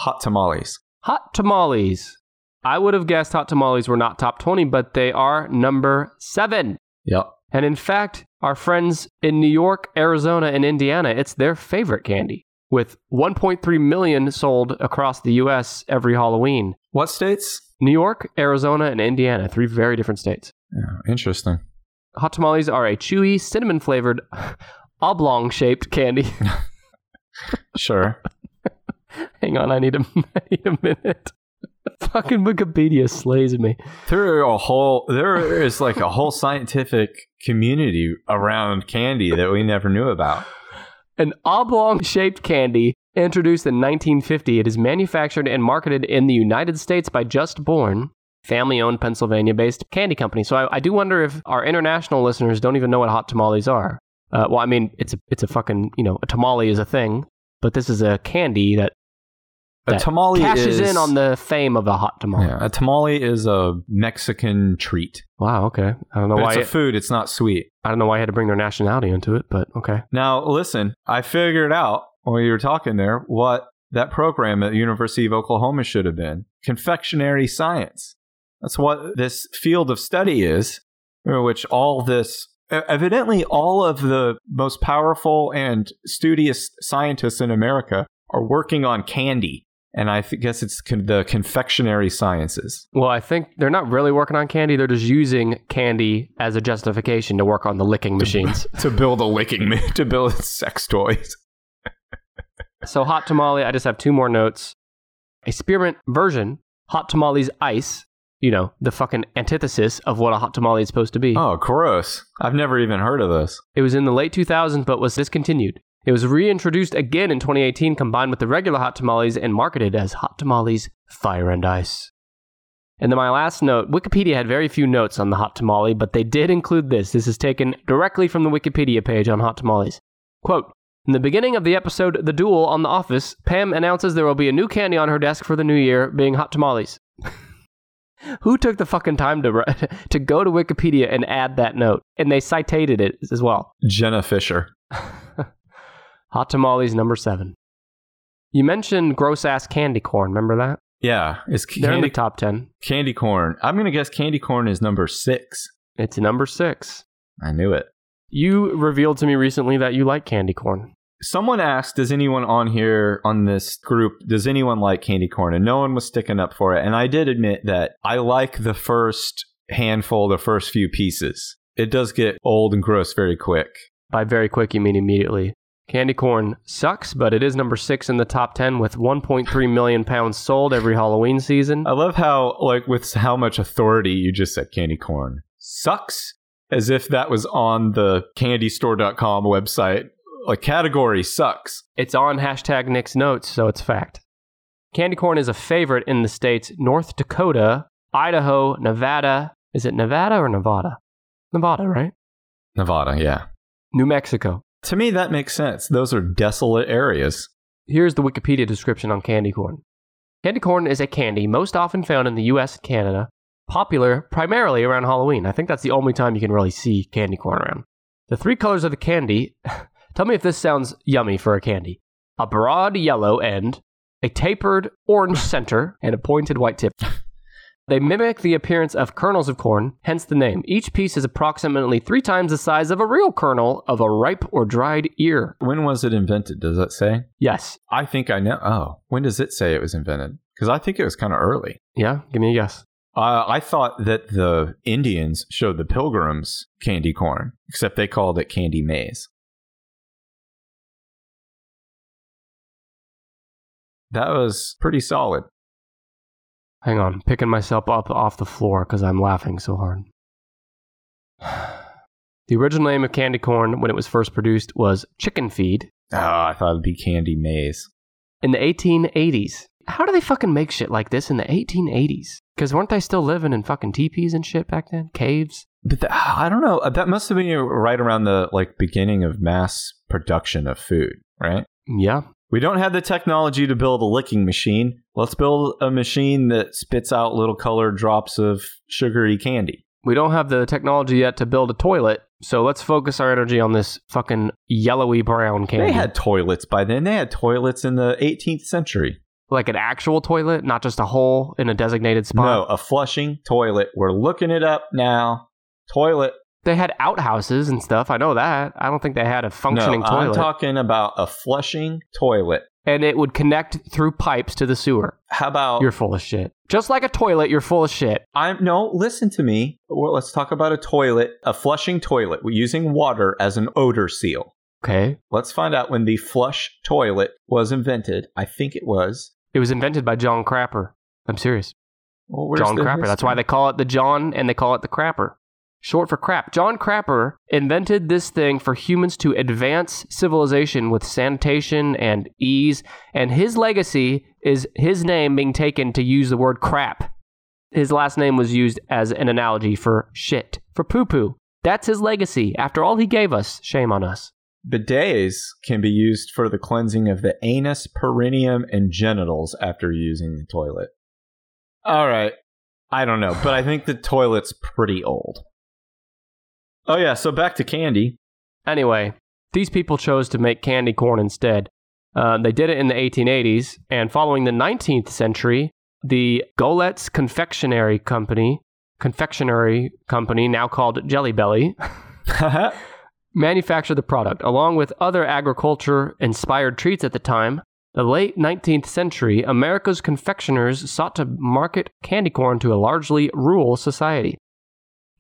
S2: Hot tamales.
S1: Hot tamales. I would have guessed hot tamales were not top 20, but they are number 7.
S2: Yep.
S1: And in fact, our friends in New York, Arizona, and Indiana, it's their favorite candy, with 1.3 million sold across the US every Halloween.
S2: What states?
S1: New York, Arizona, and Indiana, three very different states.
S2: Yeah, interesting.
S1: Hot tamales are a chewy, cinnamon flavored, oblong shaped candy.
S2: Sure.
S1: Hang on, I need a, I need a minute. Fucking Wikipedia slays me.
S2: there are a whole there is like a whole scientific community around candy that we never knew about.
S1: An oblong shaped candy Introduced in 1950, it is manufactured and marketed in the United States by Just Born, family owned Pennsylvania based candy company. So I, I do wonder if our international listeners don't even know what hot tamales are. Uh, well, I mean, it's a, it's a fucking, you know, a tamale is a thing, but this is a candy that
S2: A
S1: That
S2: tamale
S1: cashes
S2: is
S1: in on the fame of a hot tamale.
S2: yeah, a tamale is a Mexican treat.
S1: Wow, okay. I don't know
S2: But
S1: why
S2: it's a
S1: it,
S2: food. It's not sweet.
S1: I don't know why I had to bring their nationality into it, but okay.
S2: Now listen, I figured out while you were talking there what that program at the University of Oklahoma should have been: confectionery science. That's what this field of study is, in which all this. e, Evidently, all of the most powerful and studious scientists in America are working on candy. And I th- guess it's con- the confectionery sciences.
S1: Well, I think they're not really working on candy. They're just using candy as a justification to work on the licking machines.
S2: to build a licking ma- to build sex toys.
S1: so, hot tamale, I just have two more notes. A spearmint version, hot tamale's ice, you know, the fucking antithesis of what a hot tamale is supposed to be.
S2: Oh, gross! I've never even heard of this.
S1: It was in the late 2000s but was discontinued. It was reintroduced again in 2018, combined with the regular hot tamales and marketed as Hot Tamales Fire and Ice. And then my last note Wikipedia had very few notes on the hot tamale, but they did include this. This is taken directly from the Wikipedia page on hot tamales. Quote In the beginning of the episode, The Duel on The Office, Pam announces there will be a new candy on her desk for the new year, being hot tamales. Who took the fucking time to, write- to go to Wikipedia and add that note? And they citated it as well.
S2: Jenna Fisher.
S1: Hot tamales number seven. You mentioned gross ass candy corn. Remember that?
S2: Yeah, it's
S1: They're in the
S2: candy
S1: top ten.
S2: candy corn. I'm gonna guess candy corn is number six.
S1: It's number six.
S2: I knew it.
S1: You revealed to me recently that you like candy corn.
S2: Someone asked, "Does anyone on here on this group does anyone like candy corn?" And no one was sticking up for it. And I did admit that I like the first handful, the first few pieces. It does get old and gross very quick.
S1: By very quick, you mean immediately. Candy corn sucks, but it is number six in the top ten with 1.3 million pounds sold every Halloween season.
S2: I love how, like, with how much authority you just said candy corn sucks, as if that was on the candystore.com website. Like, category sucks.
S1: It's on hashtag Nick's notes, so it's fact. Candy corn is a favorite in the states North Dakota, Idaho, Nevada. Is it Nevada or Nevada? Nevada, right?
S2: Nevada, yeah.
S1: New Mexico,
S2: To me, that makes sense. Those are desolate areas.
S1: Here's the Wikipedia description on candy corn. Candy corn is a candy most often found in the US and Canada, popular primarily around Halloween. I think that's the only time you can really see candy corn around. The three colors of the candy tell me if this sounds yummy for a candy a broad yellow end, a tapered orange center, and a pointed white tip. They mimic the appearance of kernels of corn, hence the name. Each piece is approximately three times the size of a real kernel of a ripe or dried ear.
S2: When was it invented? Does that say?
S1: Yes.
S2: I think I know. Oh, when does it say it was invented? Because I think it was kind of early.
S1: Yeah? Give me a guess.
S2: Uh, I thought that the Indians showed the pilgrims candy corn, except they called it candy maize. That was pretty solid.
S1: Hang on, picking myself up off the floor because I'm laughing so hard. The original name of candy corn when it was first produced was chicken feed
S2: Oh, I thought it'd be candy maize.
S1: in the 1880s. How do they fucking make shit like this in the 1880s? Because weren't they still living in fucking teepees and shit back then? Caves?
S2: But the, ah, I don't know. That must have been right around the like beginning of mass production of food, right?
S1: Yeah.
S2: We don't have the technology to build a licking machine. Let's build a machine that spits out little colored drops of sugary candy.
S1: We don't have the technology yet to build a toilet, so let's focus our energy on this fucking yellowy brown candy.
S2: They had toilets by then. They had toilets in the 18th century.
S1: like an actual toilet, not just a hole in a designated spot.
S2: No, a flushing toilet. We're looking it up now. Toilet.
S1: They had outhouses and stuff. I know that. I don't think they had a functioning
S2: no,
S1: toilet.
S2: I'm talking about a flushing toilet.
S1: and it would connect through pipes to the sewer.
S2: How about
S1: You're full of shit. Just like a toilet, you're full of shit.
S2: I'm no, listen to me. Well, let's talk about a toilet, a flushing toilet using water as an odor seal.
S1: Okay.
S2: Let's find out when the flush toilet was invented. I think it was.
S1: It was invented by John Crapper. I'm serious.
S2: Well, where's
S1: John
S2: the
S1: Crapper. That's why
S2: history?
S1: they call it the John and they call it the Crapper. short for crap. John Crapper invented this thing for humans to advance civilization with sanitation and ease, and his legacy is his name being taken to use the word crap. His last name was used as an analogy for shit, for poo poo. That's his legacy. After all he gave us, shame on us.
S2: Bidets can be used for the cleansing of the anus, perineum, and genitals after using the toilet. All right. I don't know, but I think the toilet's pretty old. Oh, yeah. So back to candy.
S1: Anyway, these people chose to make candy corn instead. Uh, they did it in the 1880s, and following the 19th century, the Golet's Confectionery Company, confectionery company now called Jelly Belly, manufactured the product along with other agriculture-inspired treats at the time. The late 19th century, America's confectioners sought to market candy corn to a largely rural society.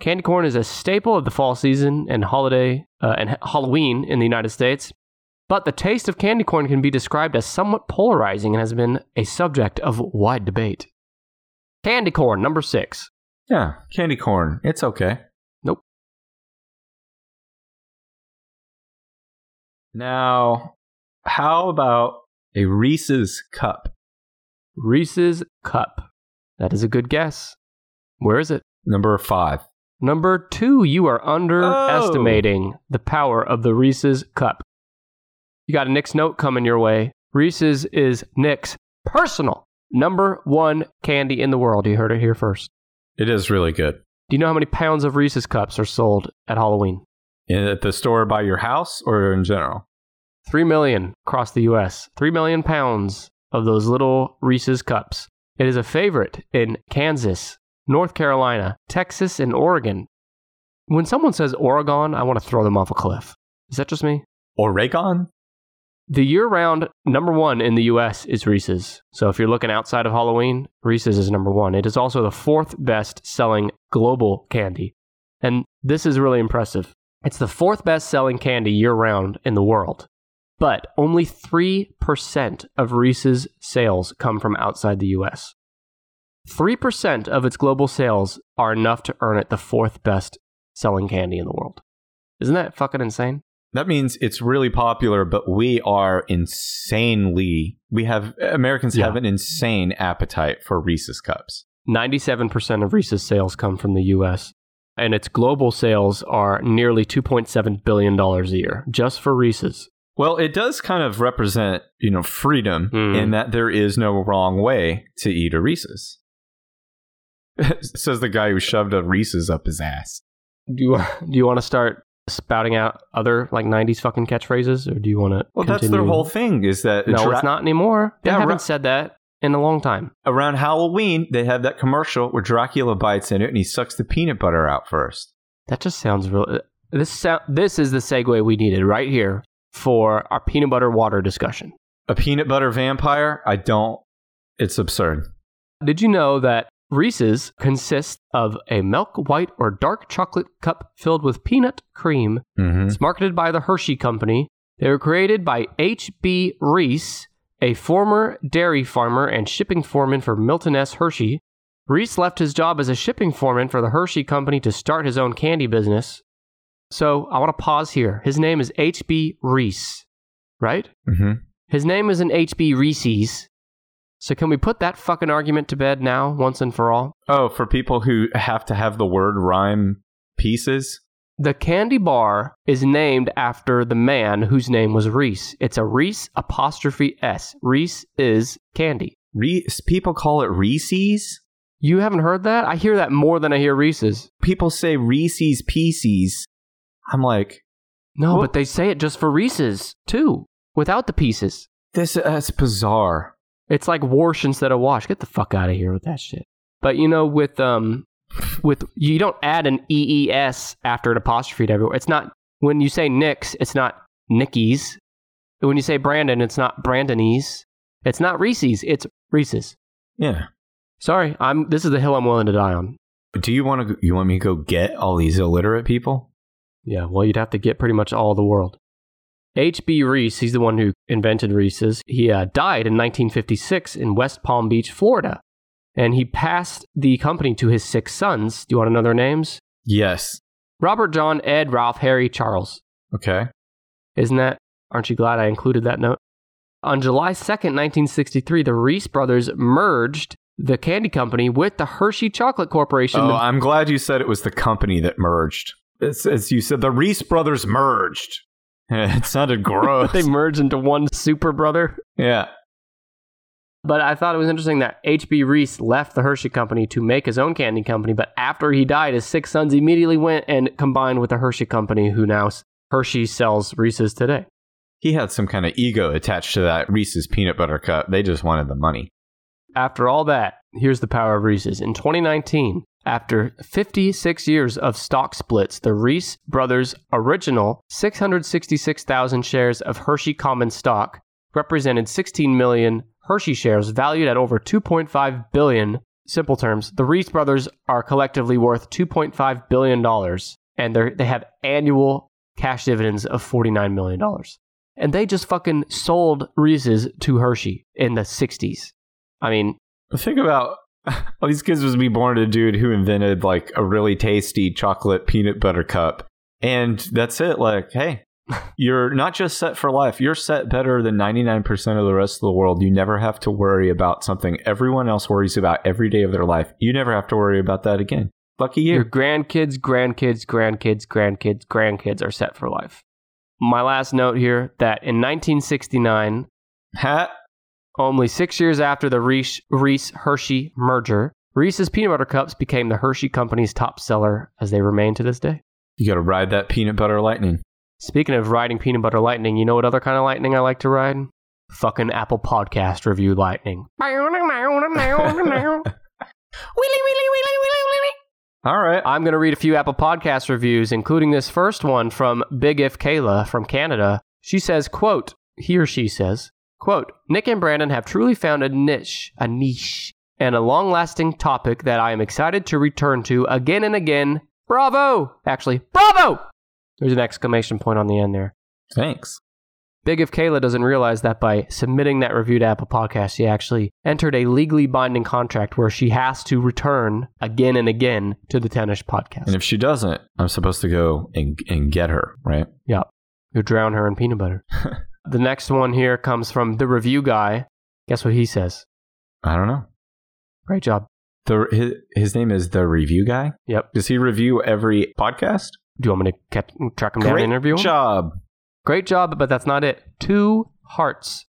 S1: Candy corn is a staple of the fall season and holiday uh, and Halloween in the United States. But the taste of candy corn can be described as somewhat polarizing and has been a subject of wide debate. Candy corn number 6.
S2: yeah, candy corn. It's okay.
S1: Nope.
S2: Now, how about a Reese's cup?
S1: Reese's cup. That is a good guess. Where is it?
S2: Number five.
S1: Number 2, you are underestimating the power of the Reese's cup. You got a Nick's note coming your way. Reese's is Nick's personal number 1 candy in the world. You heard it here first.
S2: It is really good.
S1: Do you know how many pounds of Reese's cups are sold at Halloween?
S2: In- At the store by your house or in general?
S1: Three million across the US. Three million pounds of those little Reese's cups. It is a favorite in Kansas, North Carolina, Texas, and Oregon. When someone says Oregon, I want to throw them off a cliff. Is that just me?
S2: Oregon?
S1: The year round number one in the US is Reese's. So if you're looking outside of Halloween, Reese's is number one. It is also the fourth best selling global candy. And this is really impressive. It's the fourth best selling candy year round in the world. But only 3% of Reese's sales come from outside the US. 3% of its global sales are enough to earn it the fourth best selling candy in the world. Isn't that fucking insane?
S2: That means it's really popular, but we are insanely we have Americans
S1: Yeah.
S2: have an insane appetite for Reese's cups.
S1: 97% of Reese's sales come from the US, and its global sales are nearly $2.7 billion a year just for Reese's.
S2: Well, it does kind of represent, you know, freedom
S1: Hmm.
S2: in that there is no wrong way to eat a Reese's. Says the guy who shoved a Reese's up his ass.
S1: Do you, do you want to start spouting out other like 90s fucking catchphrases, or do you want to?
S2: Well, that's their whole thing is that
S1: No,
S2: dra-
S1: it's not anymore. They
S2: Yeah,
S1: haven't
S2: ra-
S1: said that in a long time.
S2: around Halloween, they have that commercial where Dracula bites into it and he sucks the peanut butter out first.
S1: That just sounds real. uh, This, sound, this is the segue we needed right here for our peanut butter water discussion.
S2: A peanut butter vampire? I don't. It's absurd.
S1: Did you know that Reese's consists of a milk white or dark chocolate cup filled with peanut cream?
S2: Mm-hmm.
S1: It's marketed by the Hershey Company. They were created by H.B. Reese, a former dairy farmer and shipping foreman for Milton S. Hershey. Reese left his job as a shipping foreman for the Hershey Company to start his own candy business. So I want to pause here. His name is H.B. Reese, right?
S2: Mm-hmm.
S1: His name is an H.B. Reese's. So can we put that fucking argument to bed now, once and for all?
S2: Oh, for people who have to have the word rhyme pieces?
S1: The candy bar is named after the man whose name was Reese. It's a Reese apostrophe S. Reese is candy.
S2: Re- people call it Reese's?
S1: You haven't heard that? I hear that more than I hear Reese's.
S2: People say Reese's Pieces. I'm like,
S1: No,
S2: Well-
S1: but they say it just for Reese's too, without the pieces.
S2: this is bizarre.
S1: It's like wash instead of wash. Get the fuck out of here with that shit. But you know, with um, with you don't add an ees after an apostrophe to everywhere. It's not when you say Nick's, it's not Nicky's. When you say Brandon, it's not Brandonese. It's not Reese's. It's Reese's.
S2: Yeah.
S1: Sorry, I'm. This is the hill I'm willing to die on.
S2: Do you want to? You want me to go get all these illiterate people?
S1: Yeah, well, you'd have to get pretty much all the world. H.B. Reese, he's the one who invented Reese's. He uh, died in 1956 in West Palm Beach, Florida. And he passed the company to his six sons. Do you want to know their names?
S2: Yes.
S1: Robert, John, Ed, Ralph, Harry, Charles.
S2: Okay.
S1: Isn't that? Aren't you glad I included that note? On July 2nd, 1963, the Reese brothers merged the candy company with the Hershey Chocolate Corporation.
S2: Oh,
S1: The-
S2: I'm glad you said it was the company that merged. It's, as you said, the Reese brothers merged. It sounded gross.
S1: they merged into one super brother.
S2: yeah.
S1: But I thought it was interesting that H.B. Reese left the Hershey Company to make his own candy company. But after he died, his six sons immediately went and combined with the Hershey Company, who now s- Hershey sells Reese's today.
S2: He had some kind of ego attached to that Reese's peanut butter cup. They just wanted the money.
S1: After all that, here's the power of Reese's. In 2019, after 56 years of stock splits, the Reese brothers' original 666,000 shares of Hershey common stock represented 16 million Hershey shares valued at over 2.5 billion. Simple terms, the Reese brothers are collectively worth 2.5 billion dollars and they they have annual cash dividends of 49 million dollars. And they just fucking sold Reese's to Hershey in the 60s. I mean,
S2: Think about all these kids was be born to a dude who invented like a really tasty chocolate peanut butter cup. And that's it. Like, hey, you're not just set for life, you're set better than 99% of the rest of the world. You never have to worry about something everyone else worries about every day of their life. You never have to worry about that again. Lucky you.
S1: your grandkids, grandkids, grandkids, grandkids, grandkids are set for life. My last note here that in 1969,
S2: Hat.
S1: only six years after the Reese Reese Hershey merger, Reese's peanut butter cups became the Hershey company's top seller as they remain to this day.
S2: You got to ride that peanut butter lightning.
S1: Speaking of riding peanut butter lightning, you know what other kind of lightning I like to ride? Fucking Apple Podcast review lightning.
S2: All right.
S1: I'm going to read a few Apple Podcast reviews, including this first one from Big If Kayla from Canada. She says, quote, he or she says, quote, Nick and Brandon have truly found a niche, a niche, and a long lasting topic that I am excited to return to again and again. Bravo! Actually, bravo! There's an exclamation point on the end there.
S2: Thanks.
S1: Big if Kayla doesn't realize that by submitting that review to Apple Podcasts, she actually entered a legally binding contract where she has to return again and again to the Tennis Podcast.
S2: And if she doesn't, I'm supposed to go and, and get her, right?
S1: You'll drown her in peanut butter. the next one here comes from the review guy. Guess what he says?
S2: I don't know.
S1: Great job.
S2: The his, his name is the review guy.
S1: Yep.
S2: Does he review every podcast?
S1: Do you want me to cap- track him down and interview him?
S2: job.
S1: Great job, but that's not it. Two hearts.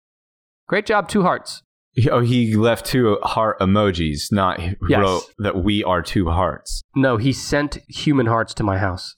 S1: Great job, two hearts.
S2: He- Oh, he left two heart emojis, not he
S1: Yes.
S2: wrote that we are two hearts.
S1: No, he sent human hearts to my house.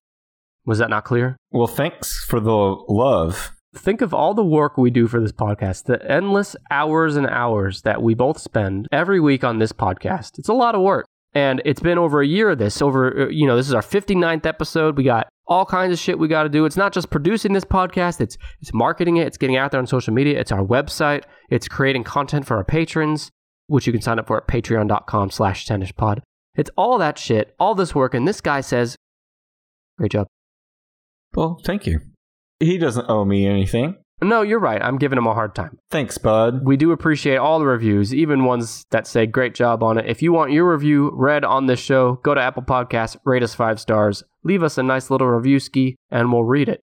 S1: Was that not clear?
S2: Well, thanks for the love.
S1: Think of all the work we do for this podcast, the endless hours and hours that we both spend every week on this podcast. It's a lot of work. And it's been over a year of this. Over, uh, you know, this is our 59th episode. We got all kinds of shit we got to do. It's not just producing this podcast, it's it's marketing it, it's getting out there on social media, it's our website, it's creating content for our patrons, which you can sign up for at patreon.com slash tennispod. It's all that shit, all this work, and this guy says, Great job.
S2: Well, thank you. He doesn't owe me anything.
S1: No, you're right. I'm giving him a hard time.
S2: Thanks, bud.
S1: We do appreciate all the reviews, even ones that say great job on it. If you want your review read on this show, go to Apple Podcasts, rate us five stars, leave us a nice little review ski, and we'll read it.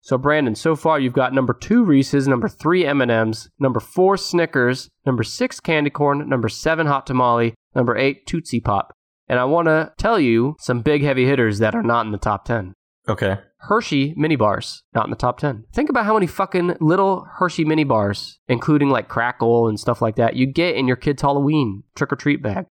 S1: So, Brandon, so far you've got number two Reese's, number three M&M's, number four Snickers, number six Candy Corn, number seven Hot Tamale, number eight Tootsie Pop. And I want to tell you some big heavy hitters that are not in the top 10.
S2: Okay.
S1: Hershey mini bars, not in the top 10. Think about how many fucking little Hershey mini bars, including like crackle and stuff like that, you get in your kid's Halloween trick or treat bag.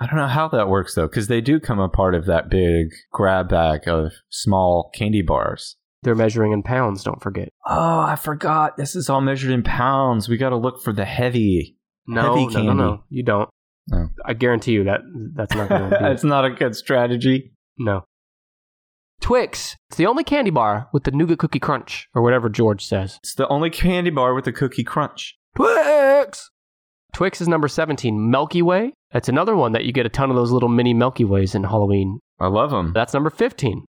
S2: I don't know how that works though, because they do come a part of that big grab bag of small candy bars.
S1: They're measuring in pounds, don't forget.
S2: Oh, I forgot. This is all measured in pounds. We got to look for the heavy.
S1: No,
S2: Heavy
S1: no, no, no,
S2: candy.
S1: you don't.
S2: No.
S1: I guarantee you that that's not going to
S2: That's
S1: be.
S2: not a good strategy.
S1: No. Twix. It's the only candy bar with the nougat cookie crunch, or whatever George says.
S2: It's the only candy bar with a cookie crunch.
S1: Twix. Twix is number 17. Milky Way. That's another one that you get a ton of those little mini Milky Ways in Halloween
S2: I love them.
S1: That's number 15.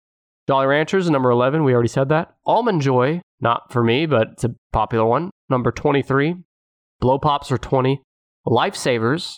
S1: Jolly Ranchers, number 11. We already said that. Almond Joy, not for me, but it's a popular one. Number 23. Blow Pops are 20. Lifesavers.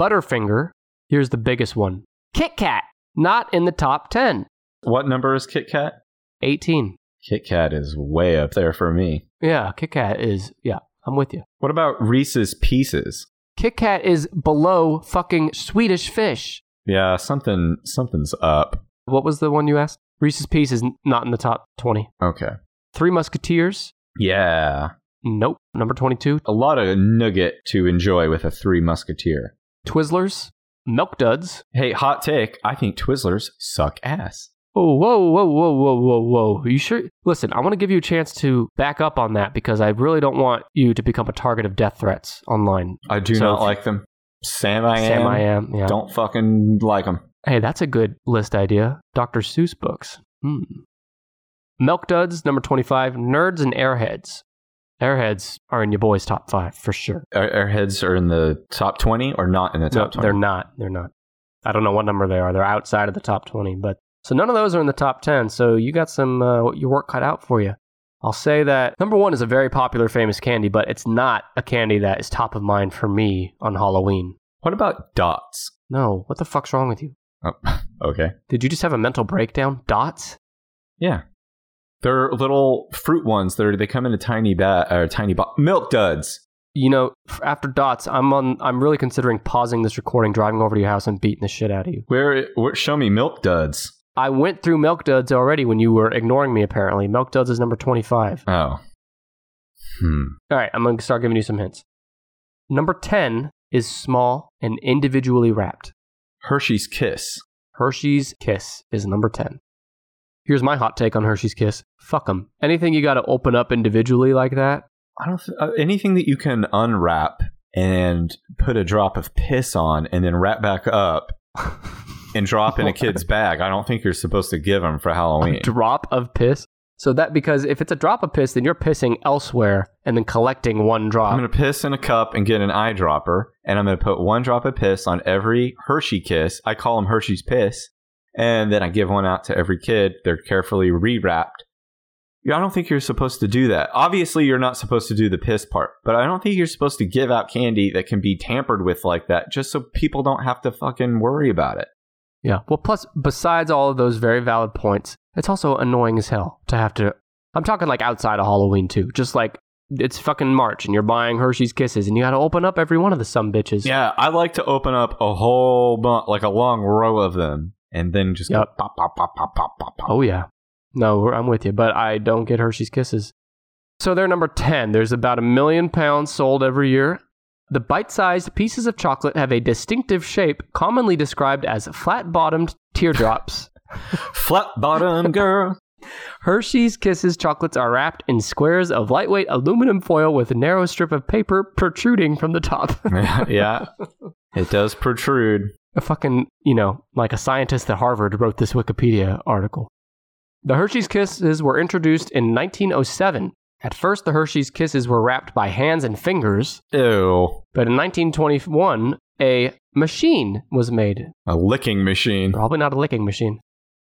S1: Butterfinger. Here's the biggest one Kit Kat, not in the top 10.
S2: What number is Kit Kat?
S1: 18.
S2: Kit Kat is way up there for me.
S1: Yeah, Kit Kat is, yeah, I'm with you.
S2: What about Reese's Pieces?
S1: Kit Kat is below fucking Swedish fish.
S2: Yeah, something something's up.
S1: What was the one you asked? Reese's Piece is n- not in the top 20.
S2: Okay.
S1: Three Musketeers?
S2: Yeah,
S1: Nope. Number 22.
S2: a lot of nugget to enjoy with a Three Musketeer.
S1: Twizzlers? Milk Duds?
S2: Hey, hot take. I think Twizzlers suck ass.
S1: Oh, whoa, whoa, whoa, whoa, whoa, whoa. Are you sure? Listen, I want to give you a chance to back up on that because I really don't want you to become a target of death threats online.
S2: I do
S1: So
S2: not
S1: if-
S2: like them. Sam, I am.
S1: Sam, I am. Yeah.
S2: Don't fucking like them.
S1: Hey, that's a good list idea. Dr. Seuss books. Hmm. Milk Duds, number 25. Nerds and Airheads. Airheads are in your boys' top five for sure.
S2: Our, our heads are in the top twenty or not in the
S1: No,
S2: top
S1: they're
S2: twenty.
S1: not. They're not. I don't know what number they are. They're outside of the top 20. But so none of those are in the top 10. So you got some uh, your work cut out for you. I'll say that number one is a very popular, famous candy, but it's not a candy that is top of mind for me on Halloween.
S2: What about dots?
S1: No, what the fuck's wrong with you?
S2: Okay.
S1: Did you just have a mental breakdown? Dots?
S2: Yeah. They're little fruit ones. They're they come in a tiny bat or tiny bo- milk duds.
S1: You know, f- after dots, I'm on. I'm really considering pausing this recording, driving over to your house, and beating the shit out of you.
S2: Where, where show me milk duds?
S1: I went through Milk Duds already when you were ignoring me. Apparently, Milk Duds is number twenty-five.
S2: Oh. Hmm.
S1: All right, I'm going to start giving you some hints. Number 10 is small and individually wrapped.
S2: Hershey's Kiss.
S1: Hershey's Kiss is number 10. Here's my hot take on Hershey's Kiss. Fuck 'em. Anything you got to open up individually like that,
S2: I don't th- uh, anything that you can unwrap and put a drop of piss on and then wrap back up and drop in a kid's bag. I don't think you're supposed to give them for Halloween.
S1: a drop of piss. So that because if it's a drop of piss, then you're pissing elsewhere and then collecting one drop.
S2: I'm going to piss in a cup and get an eyedropper, and I'm going to put one drop of piss on every Hershey kiss. I call them Hershey's piss. And then I give one out to every kid. They're carefully rewrapped. Yeah, I don't think you're supposed to do that. Obviously, you're not supposed to do the piss part, but I don't think you're supposed to give out candy that can be tampered with like that just so people don't have to fucking worry about it.
S1: Yeah. Well, plus, besides all of those very valid points, it's also annoying as hell to have to. I'm talking like outside of Halloween, too. Just like it's fucking March and you're buying Hershey's Kisses and you got to open up every one of the some bitches.
S2: Yeah, I like to open up a whole bunch, like a long row of them, and then just go
S1: Yep.
S2: pop, pop, pop, pop, pop, pop, pop.
S1: Oh, yeah. No, we're- I'm with you, but I don't get Hershey's Kisses. So they're number 10. There's about a million pounds sold every year. The bite sized pieces of chocolate have a distinctive shape, commonly described as flat bottomed teardrops.
S2: Flat bottom girl.
S1: Hershey's Kisses chocolates are wrapped in squares of lightweight aluminum foil with a narrow strip of paper protruding from the top.
S2: yeah, it does protrude.
S1: a fucking, you know, like a scientist at Harvard wrote this Wikipedia article. The Hershey's Kisses were introduced in 1907. At first, the Hershey's Kisses were wrapped by hands and fingers,
S2: Ew,
S1: but in 1921, a machine was made.
S2: a licking machine.
S1: Probably not a licking machine.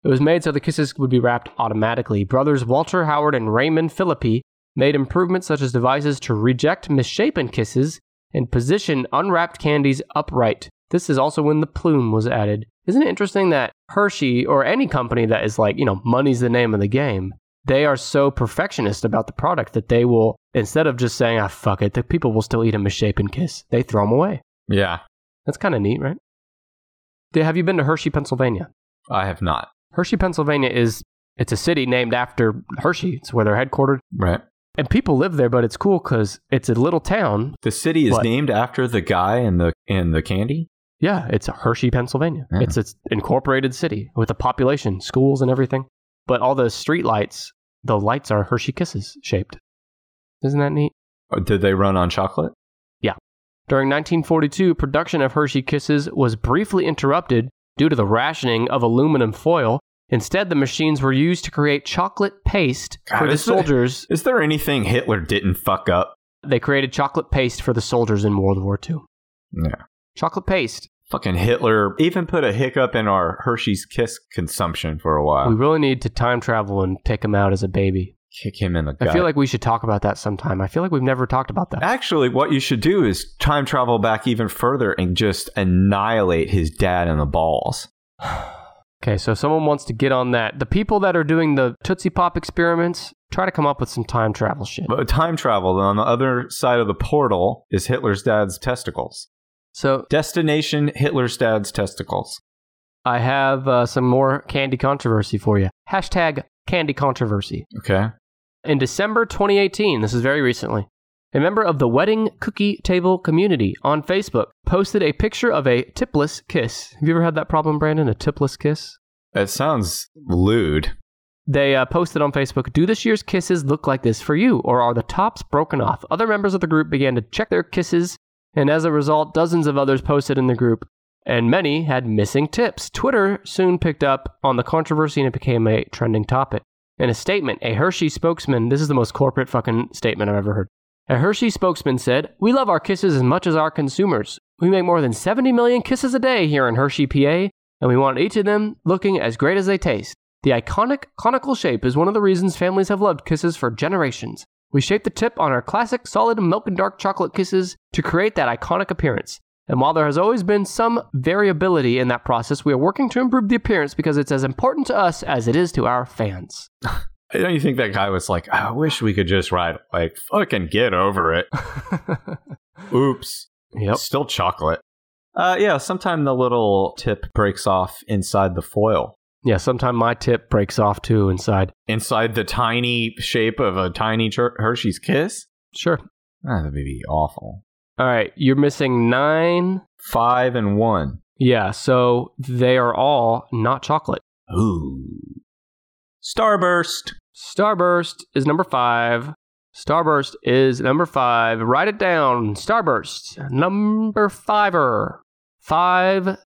S1: It was made so the kisses would be wrapped automatically. Brothers Walter Howard and Raymond Philippi made improvements such as devices to reject misshapen kisses and position unwrapped candies upright. This is also when the plume was added. Isn't it interesting that Hershey or any company that is like, you know, money's the name of the game, they are so perfectionist about the product that they will, instead of just saying, ah, fuck it, the people will still eat a misshapen kiss, they throw them away.
S2: Yeah,
S1: That's kind of neat, right? Dave, Have you been to Hershey, Pennsylvania?
S2: I have not.
S1: Hershey, Pennsylvania is it's a city named after Hershey. It's where they're headquartered.
S2: Right.
S1: And people live there, but it's cool because it's a little town.
S2: The city is
S1: What?
S2: named after the guy in the in the candy.
S1: Yeah, it's Hershey, Pennsylvania.
S2: Yeah.
S1: It's its incorporated city with a population, schools, and everything. But all the street lights, the lights are Hershey Kisses shaped. Isn't that neat?
S2: Or did they run on chocolate?
S1: During 1942, production of Hershey Kisses was briefly interrupted due to the rationing of aluminum foil. Instead, the machines were used to create chocolate paste
S2: God,
S1: for the
S2: is it-
S1: soldiers
S2: Is there anything Hitler didn't fuck up?
S1: They created chocolate paste for the soldiers in World War II.
S2: Yeah.
S1: Chocolate paste.
S2: Fucking Hitler even put a hiccup in our Hershey's Kiss consumption for a while.
S1: we really need to time travel and take him out as a baby.
S2: Kick him in the gut.
S1: I feel like we should talk about that sometime. I feel like we've never talked about that.
S2: Actually, what you should do is time travel back even further and just annihilate his dad in the balls.
S1: Okay, so someone wants to get on that. The people that are doing the Tootsie Pop experiments try to come up with some time travel shit.
S2: But time travel on the other side of the portal is Hitler's dad's testicles.
S1: So
S2: Destination Hitler's dad's testicles.
S1: I have uh, some more candy controversy for you. Hashtag candy controversy.
S2: Okay.
S1: In December 2018, this is very recently, a member of the wedding cookie table community on Facebook posted a picture of a tipless kiss. Have you ever had that problem, Brandon? A tipless kiss?
S2: That sounds lewd.
S1: They uh, posted on Facebook, Do this year's kisses look like this for you, or are the tops broken off? Other members of the group began to check their kisses, and as a result, dozens of others posted in the group, and many had missing tips. Twitter soon picked up on the controversy and it became a trending topic. In a statement, a Hershey spokesman, this is the most corporate fucking statement I've ever heard. A Hershey spokesman said, We love our kisses as much as our consumers. We make more than 70 million kisses a day here in Hershey, PA, and we want each of them looking as great as they taste. The iconic conical shape is one of the reasons families have loved kisses for generations. We shape the tip on our classic solid milk and dark chocolate kisses to create that iconic appearance. And while there has always been some variability in that process, we are working to improve the appearance because it's as important to us as it is to our fans.
S2: Don't you think that guy was like, I wish we could just ride, like, fucking get over it. Oops.
S1: yep.
S2: Still chocolate. Uh, yeah, sometime the little tip breaks off inside the foil,
S1: Yeah, sometime my tip breaks off too inside.
S2: inside the tiny shape of a tiny Her- Hershey's kiss.
S1: Sure.
S2: Ah, that would be awful.
S1: All right, you're missing nine.
S2: Five and one.
S1: Yeah, so they are all not chocolate.
S2: Ooh. Starburst.
S1: Starburst is number five. Starburst is number five. Write it down. Starburst, number fiver. Five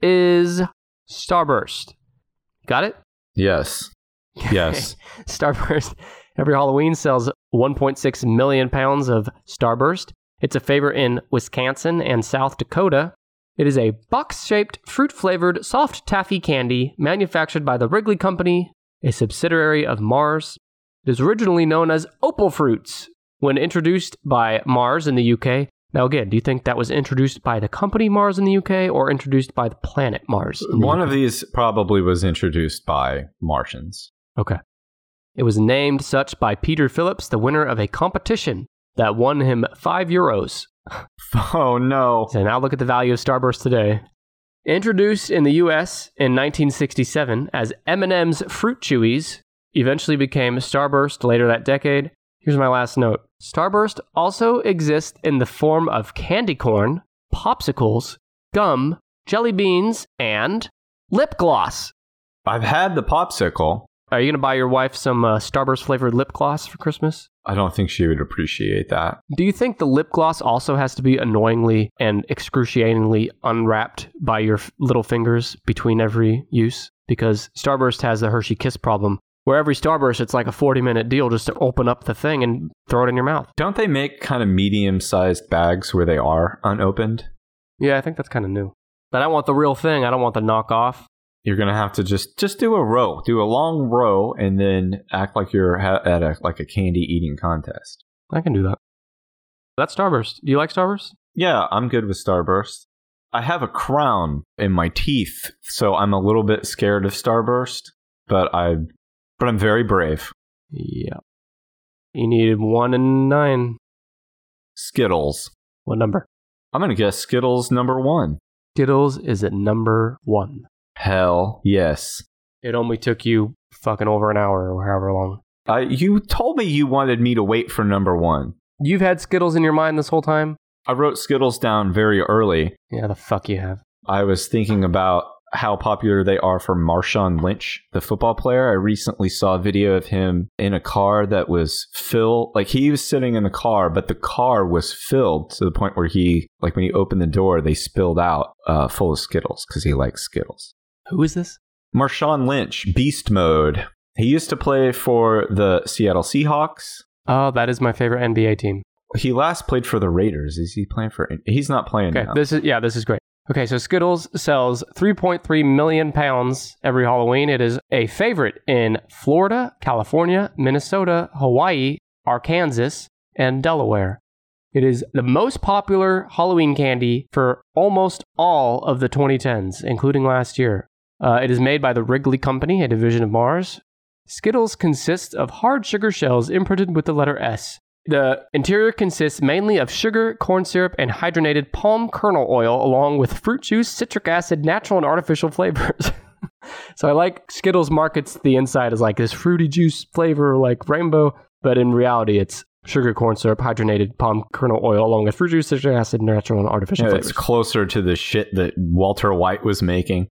S1: is Starburst. Got it?
S2: Yes. Yes.
S1: Starburst every Halloween sells 1.6 million pounds of Starburst. It's a favorite in Wisconsin and South Dakota. It is a box shaped, fruit flavored, soft taffy candy manufactured by the Wrigley Company, a subsidiary of Mars. It is originally known as Opal Fruits when introduced by Mars in the UK. Now, again, do you think that was introduced by the company Mars in the UK or introduced by the planet Mars? in the
S2: One
S1: UK?
S2: of these probably was introduced by Martians.
S1: Okay. It was named such by Peter Phillips, the winner of a competition that won him five euros.
S2: Oh no.
S1: So now look at the value of Starburst today. Introduced in the U.S. in 1967 as M&M's Fruit Chewies, eventually became Starburst later that decade. Here's my last note: Starburst also exists in the form of candy corn, popsicles, gum, jelly beans, and lip gloss.
S2: I've had the popsicle.
S1: Are you gonna buy your wife some uh, Starburst flavored lip gloss for Christmas?
S2: I don't think she would appreciate that.
S1: Do you think the lip gloss also has to be annoyingly and excruciatingly unwrapped by your f- little fingers between every use? Because Starburst has the Hershey Kiss problem, where every Starburst, it's like a 40 minute deal just to open up the thing and throw it in your mouth.
S2: Don't they make kind of medium sized bags where they are unopened?
S1: Yeah, I think that's kind of new. But I want the real thing, I don't want the knockoff.
S2: You're gonna have to just just do a row, do a long row, and then act like you're ha- at a like a candy eating contest.
S1: I can do that. That's Starburst. Do you like Starburst?
S2: Yeah, I'm good with Starburst. I have a crown in my teeth, so I'm a little bit scared of Starburst, but I but I'm very brave.
S1: Yeah. You needed one and nine.
S2: Skittles.
S1: What number?
S2: I'm gonna guess Skittles number one.
S1: Skittles is at number one.
S2: Hell yes.
S1: It only took you fucking over an hour or however long.
S2: Uh, you told me you wanted me to wait for number one.
S1: You've had Skittles in your mind this whole time?
S2: I wrote Skittles down very early.
S1: Yeah, the fuck you have.
S2: I was thinking about how popular they are for Marshawn Lynch, the football player. I recently saw a video of him in a car that was filled, like he was sitting in the car, but the car was filled to the point where he, like when he opened the door, they spilled out uh, full of Skittles because he likes Skittles.
S1: Who is this?
S2: Marshawn Lynch, beast mode. He used to play for the Seattle Seahawks.
S1: Oh, that is my favorite NBA team.
S2: He last played for the Raiders. Is he playing for? He's not playing
S1: Okay,
S2: now.
S1: this is yeah, this is great. Okay, so Skittles sells 3.3 million pounds every Halloween. It is a favorite in Florida, California, Minnesota, Hawaii, Arkansas, and Delaware. It is the most popular Halloween candy for almost all of the 2010s, including last year. Uh, it is made by the Wrigley Company, a division of Mars. Skittles consists of hard sugar shells imprinted with the letter S. The interior consists mainly of sugar, corn syrup, and hydrogenated palm kernel oil, along with fruit juice, citric acid, natural and artificial flavors. so I like Skittles markets. The inside is like this fruity juice flavor, like rainbow, but in reality, it's sugar, corn syrup, hydrogenated palm kernel oil, along with fruit juice, citric acid, natural and artificial
S2: Yeah, it's
S1: flavors.
S2: closer to the shit that Walter White was making.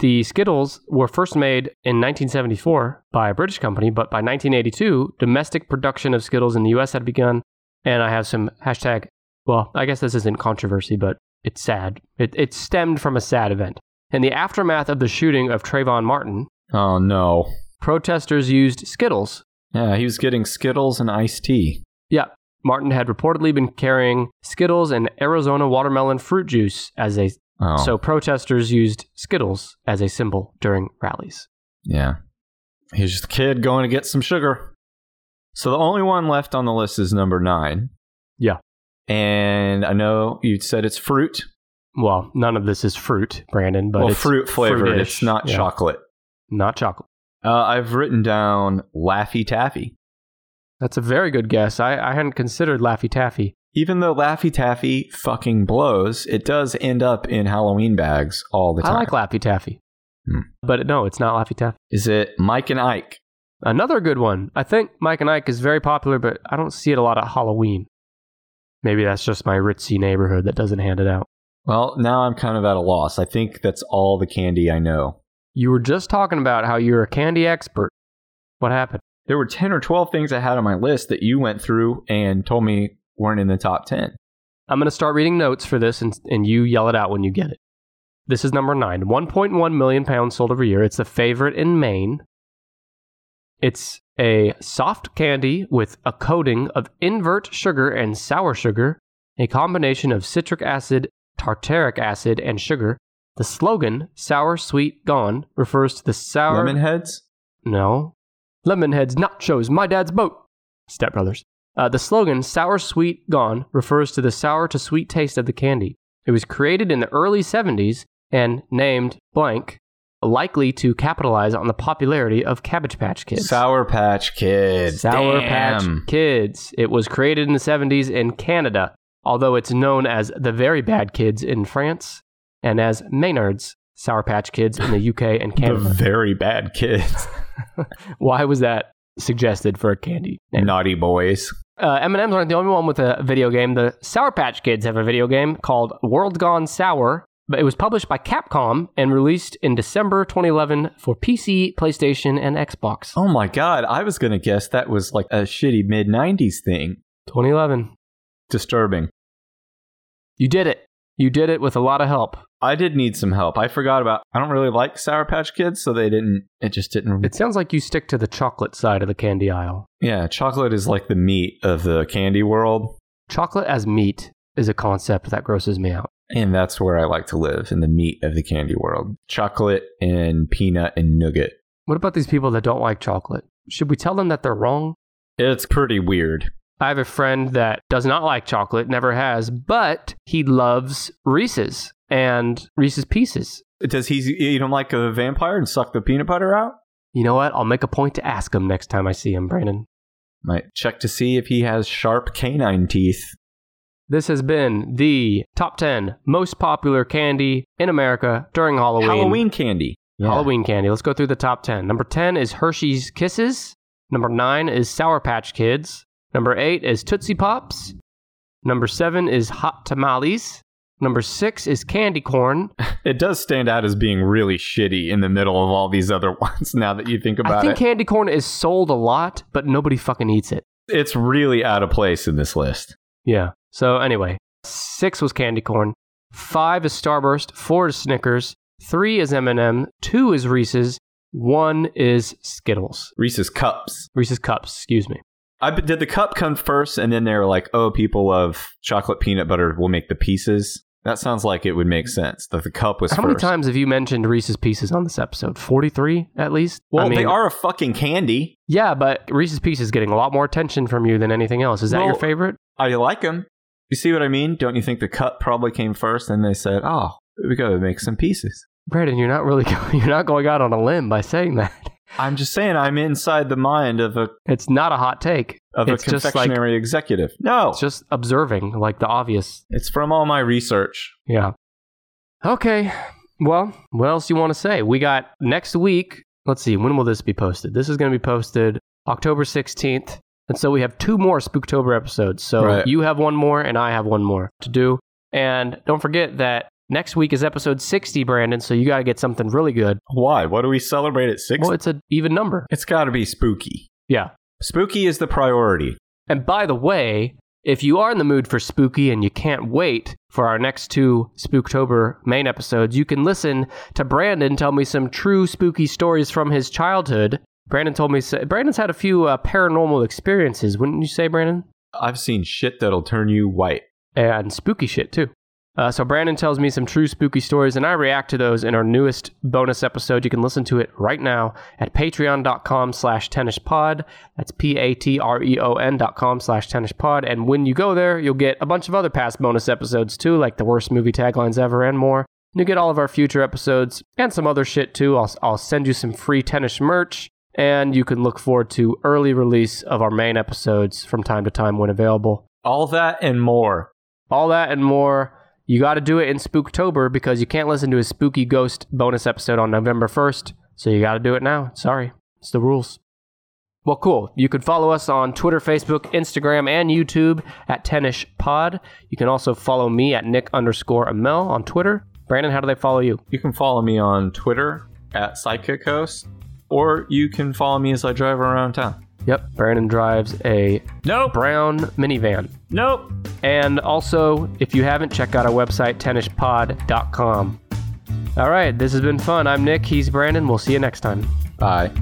S1: The Skittles were first made in 1974 by a British company, but by 1982, domestic production of Skittles in the US had begun. And I have some hashtag, well, I guess this isn't controversy, but it's sad. It, it stemmed from a sad event. In the aftermath of the shooting of Trayvon Martin,
S2: Oh no.
S1: protesters used Skittles.
S2: Yeah, he was getting Skittles and iced tea.
S1: Yeah, Martin had reportedly been carrying Skittles and Arizona watermelon fruit juice as a.
S2: Oh,
S1: So protesters used Skittles as a symbol during rallies.
S2: yeah. He's just a kid going to get some sugar. So the only one left on the list is number nine.
S1: Yeah.
S2: And I know you said it's fruit.
S1: Well, none of this is fruit, Brandon, but
S2: well,
S1: it's
S2: fruit flavored.
S1: fruitish.
S2: It's not
S1: Yeah,
S2: chocolate.
S1: Not chocolate.
S2: Uh, I've written down Laffy Taffy.
S1: That's a very good guess. I, I hadn't considered Laffy Taffy.
S2: Even though Laffy Taffy fucking blows, it does end up in Halloween bags all the
S1: I
S2: time.
S1: like Laffy Taffy.
S2: Hmm.
S1: But no, it's not Laffy Taffy.
S2: Is it Mike and Ike?
S1: Another good one. I think Mike and Ike is very popular, but I don't see it a lot at Halloween. Maybe that's just my ritzy neighborhood that doesn't hand it out.
S2: Well, now I'm kind of at a loss. I think that's all the candy I know.
S1: You were just talking about how you're a candy expert. What happened?
S2: There were 10 or 12 things I had on my list that you went through and told me weren't in the top 10.
S1: I'm going to start reading notes for this and, and you yell it out when you get it. This is number nine 1.1 million pounds sold every year. It's a favorite in Maine. It's a soft candy with a coating of invert sugar and sour sugar, a combination of citric acid, tartaric acid, and sugar. The slogan, sour, sweet, gone, refers to the sour.
S2: Lemon heads?
S1: No. Lemonheads, nachos, my dad's boat. Stepbrothers. Uh, the slogan, sour sweet gone, refers to the sour to sweet taste of the candy. It was created in the early 70s and named blank, likely to capitalize on the popularity of Cabbage Patch Kids.
S2: Sour Patch Kids.
S1: Sour
S2: Damn.
S1: Patch Kids. It was created in the 70s in Canada, although it's known as the Very Bad Kids in France and as Maynard's Sour Patch Kids in the UK and
S2: The
S1: Canada.
S2: very bad kids.
S1: Why was that suggested for a candy name?
S2: Naughty boys.
S1: Uh, M&M's aren't the only one with a video game. The Sour Patch Kids have a video game called World Gone Sour, but it was published by Capcom and released in December 2011 for PC, PlayStation, and Xbox.
S2: Oh my God. I was going to guess that was like a shitty mid 90s thing.
S1: 2011.
S2: Disturbing.
S1: You did it. You did it with a lot of help.
S2: I did need some help. I forgot about, I don't really like Sour Patch Kids, so they didn't, it just didn't.
S1: It sounds like you stick to the chocolate side of the candy aisle.
S2: yeah, chocolate is like the meat of the candy world.
S1: Chocolate as meat is a concept that grosses me out.
S2: And that's where I like to live in the meat of the candy world. Chocolate and peanut and nougat.
S1: What about these people that don't like chocolate? Should we tell them that they're wrong?
S2: It's pretty weird.
S1: I have a friend that does not like chocolate, never has, but he loves Reese's and Reese's Pieces.
S2: Does he eat him like a vampire and suck the peanut butter out?
S1: You know what? I'll make a point to ask him next time I see him, Brandon.
S2: Might check to see if he has sharp canine teeth.
S1: This has been the top 10 most popular candy in America during Halloween.
S2: Halloween candy. Yeah.
S1: Halloween candy. Let's go through the top 10. Number 10 is Hershey's Kisses. Number 9 is Sour Patch Kids. Number 8 is Tootsie Pops. Number 7 is Hot Tamales. Number 6 is Candy Corn.
S2: It does stand out as being really shitty in the middle of all these other ones now that you think
S1: I
S2: about
S1: think
S2: it.
S1: candy corn is sold a lot, but nobody fucking eats it.
S2: it's really out of place in this list.
S1: Yeah. So anyway, six was candy corn, five is Starburst, four is Snickers, three is M and m two is Reese's, one is Skittles,
S2: Reese's Cups.
S1: Reese's cups. Excuse me.
S2: I bet- did the cup come first, and then they were like, "Oh, people love chocolate peanut butter. We'll make the pieces." That sounds like it would make sense that the cup was
S1: How
S2: first.
S1: many times have you mentioned Reese's Pieces on this episode? Forty-three, at least.
S2: Well,
S1: I mean,
S2: they are a fucking candy.
S1: Yeah, but Reese's Pieces is getting a lot more attention from you than anything else. Is that your
S2: Well-
S1: favorite?
S2: I like them. You see what I mean? Don't you think the cup probably came first, and they said, "Oh, we gotta make some pieces."
S1: Brandon, you're not really going, you're not going out on a limb by saying that.
S2: I'm just saying I'm inside the mind of a
S1: It's not a hot take.
S2: of
S1: It's
S2: a
S1: just like-
S2: confectionery executive. No,
S1: It's just observing, like the obvious.
S2: it's from all my research.
S1: Yeah. Okay. Well, what else you want to say? We got next week. Let's see. When will this be posted? This is going to be posted October 16th. And so we have two more Spooktober episodes. So
S2: Right.
S1: you have one more, and I have one more to do. And don't forget that next week is episode 60, Brandon. So you got to get something really good.
S2: Why? What do we celebrate at six?
S1: Well, it's an even number.
S2: it's got to be spooky.
S1: Yeah.
S2: Spooky is the priority.
S1: And by the way, if you are in the mood for spooky and you can't wait for our next two Spooktober main episodes, you can listen to Brandon tell me some true spooky stories from his childhood. Brandon told me Brandon's had a few uh, paranormal experiences, wouldn't you say, Brandon?
S2: I've seen shit that'll turn you white.
S1: And spooky shit too. Uh, so Brandon tells me some true spooky stories, and I react to those in our newest bonus episode. You can listen to it right now at patreon.com slash tennispod. That's P-A-T-R-E-O-N E dot com slash tennispod. And when you go there, you'll get a bunch of other past bonus episodes too, like the worst movie taglines ever and more. And you get all of our future episodes and some other shit too. I'll, I'll send you some free tennis merch, and you can look forward to early release of our main episodes from time to time when available
S2: All that and more.
S1: all that and more. You got to do it in Spooktober because you can't listen to a spooky ghost bonus episode on November 1st. So you got to do it now. Sorry, it's the rules. Well, cool. You can follow us on Twitter, Facebook, Instagram, and YouTube at Tennish Pod. You can also follow me at Nick underscore Amel on Twitter. Brandon, how do they follow you?
S2: You can follow me on Twitter at Psychic Host, or you can follow me as I drive around town.
S1: Yep, Brandon drives a
S2: Nope.
S1: brown minivan.
S2: Nope.
S1: And also, if you haven't, check out our website, tennishpod.com. All right, this has been fun. I'm Nick, he's Brandon. We'll see you next time.
S2: Bye.